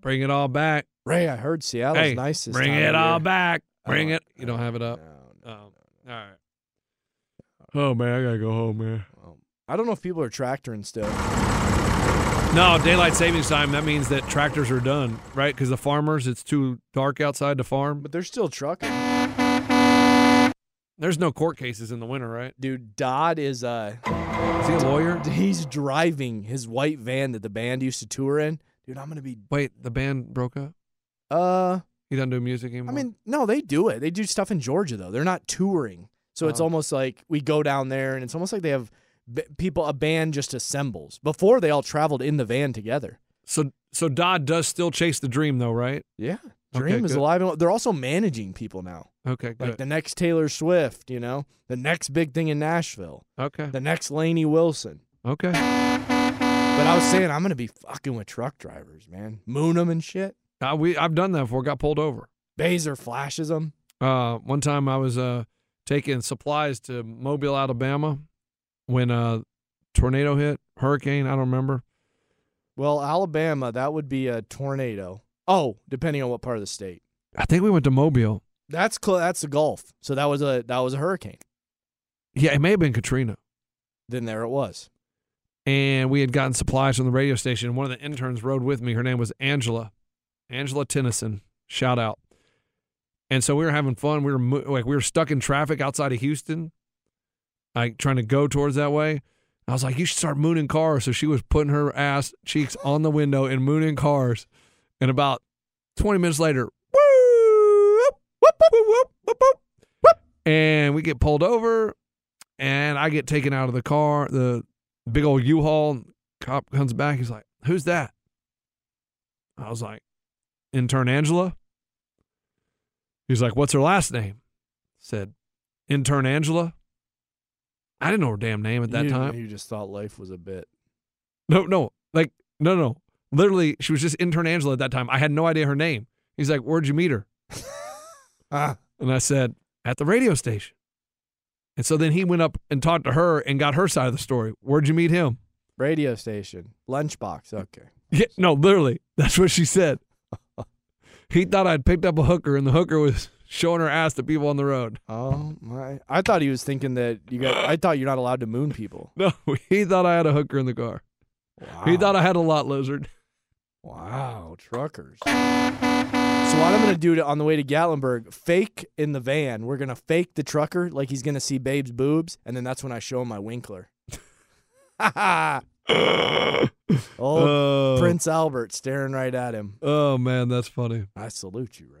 B: Bring it all back.
A: Ray, I heard Seattle's
B: hey,
A: nice this
B: bring
A: time of
B: it all
A: year.
B: back. Bring
A: Oh,
B: it. You don't have it up.
A: No,
B: Um, all right. Oh, man. I got to go home, man.
A: no. I don't know if people are tractoring still.
B: No, daylight savings time. That means that tractors are done, right? Because the farmers, it's too dark outside to farm.
A: But they're still trucking.
B: There's no court cases in the winter, right?
A: Dude, Dodd is uh
B: Is he a lawyer?
A: he's driving his white van that the band used to tour in. Dude, I'm gonna be
B: Wait, the band broke up.
A: uh
B: He doesn't do music anymore.
A: I mean, no, they do it. They do stuff in Georgia though. They're not touring, so it's
B: Oh.
A: almost like we go down there, and it's almost like they have b- people. A band just assembles. Before they all traveled in the van together.
B: so so Dodd does still chase the dream, though, right?
A: Yeah,
B: Okay,
A: Dream is
B: good.
A: alive. And well. They're also managing people now,
B: Okay,
A: like
B: good.
A: the next Taylor Swift, you know, the next big thing in Nashville,
B: Okay,
A: the next Laney Wilson.
B: Okay.
A: But I was saying I'm gonna be fucking with truck drivers, man. Moon them and shit.
B: Uh, we I've done that before. Got pulled over.
A: Baser flashes them.
B: Uh, one time I was uh, taking supplies to Mobile, Alabama, when a tornado hit, hurricane. I don't remember.
A: Well, Alabama, that would be a tornado. Oh, depending on what part of the state.
B: I think we went to Mobile.
A: That's cl- that's the Gulf. So that was a that was a hurricane.
B: Yeah, it may have been Katrina.
A: Then there it was.
B: And we had gotten supplies from the radio station. One of the interns rode with me. Her name was Angela, Angela Tennyson. Shout out. And so we were having fun. We were mo- like we were stuck in traffic outside of Houston, like trying to go towards that way. I was like, you should start mooning cars. So she was putting her ass cheeks on the window and mooning cars. And about 20 minutes later, and we get pulled over and I get taken out of the car, the big old U-Haul. Cop comes back. He's like, who's that? I was like, intern Angela. He's like, what's her last name? Said, intern Angela. I didn't know her damn name at that
A: You-
B: time.
A: you just thought life was a bit.
B: No, no, like no, no. Literally, she was just intern Angela at that time. I had no idea her name. He's like, "Where'd you meet her?"
A: Ah.
B: And I said, "At the radio station." And so then he went up and talked to her and got her side of the story. Where'd you meet him?
A: Radio station, lunchbox. Okay.
B: Yeah, no, literally, that's what she said. he thought I'd picked up a hooker, and the hooker was showing her ass to people on the road.
A: Oh my! I thought he was thinking that you got. I thought you're not allowed to moon people.
B: No, he thought I had a hooker in the car. He thought I had a lot lizard.
A: Wow, truckers. So what I'm gonna do to, on the way to Gatlinburg, fake in the van. We're gonna fake the trucker like he's gonna see Babe's boobs, and then that's when I show him my Winkler. Old
B: Oh.
A: Prince Albert staring right at him.
B: Oh man, that's funny.
A: I salute you, Ray.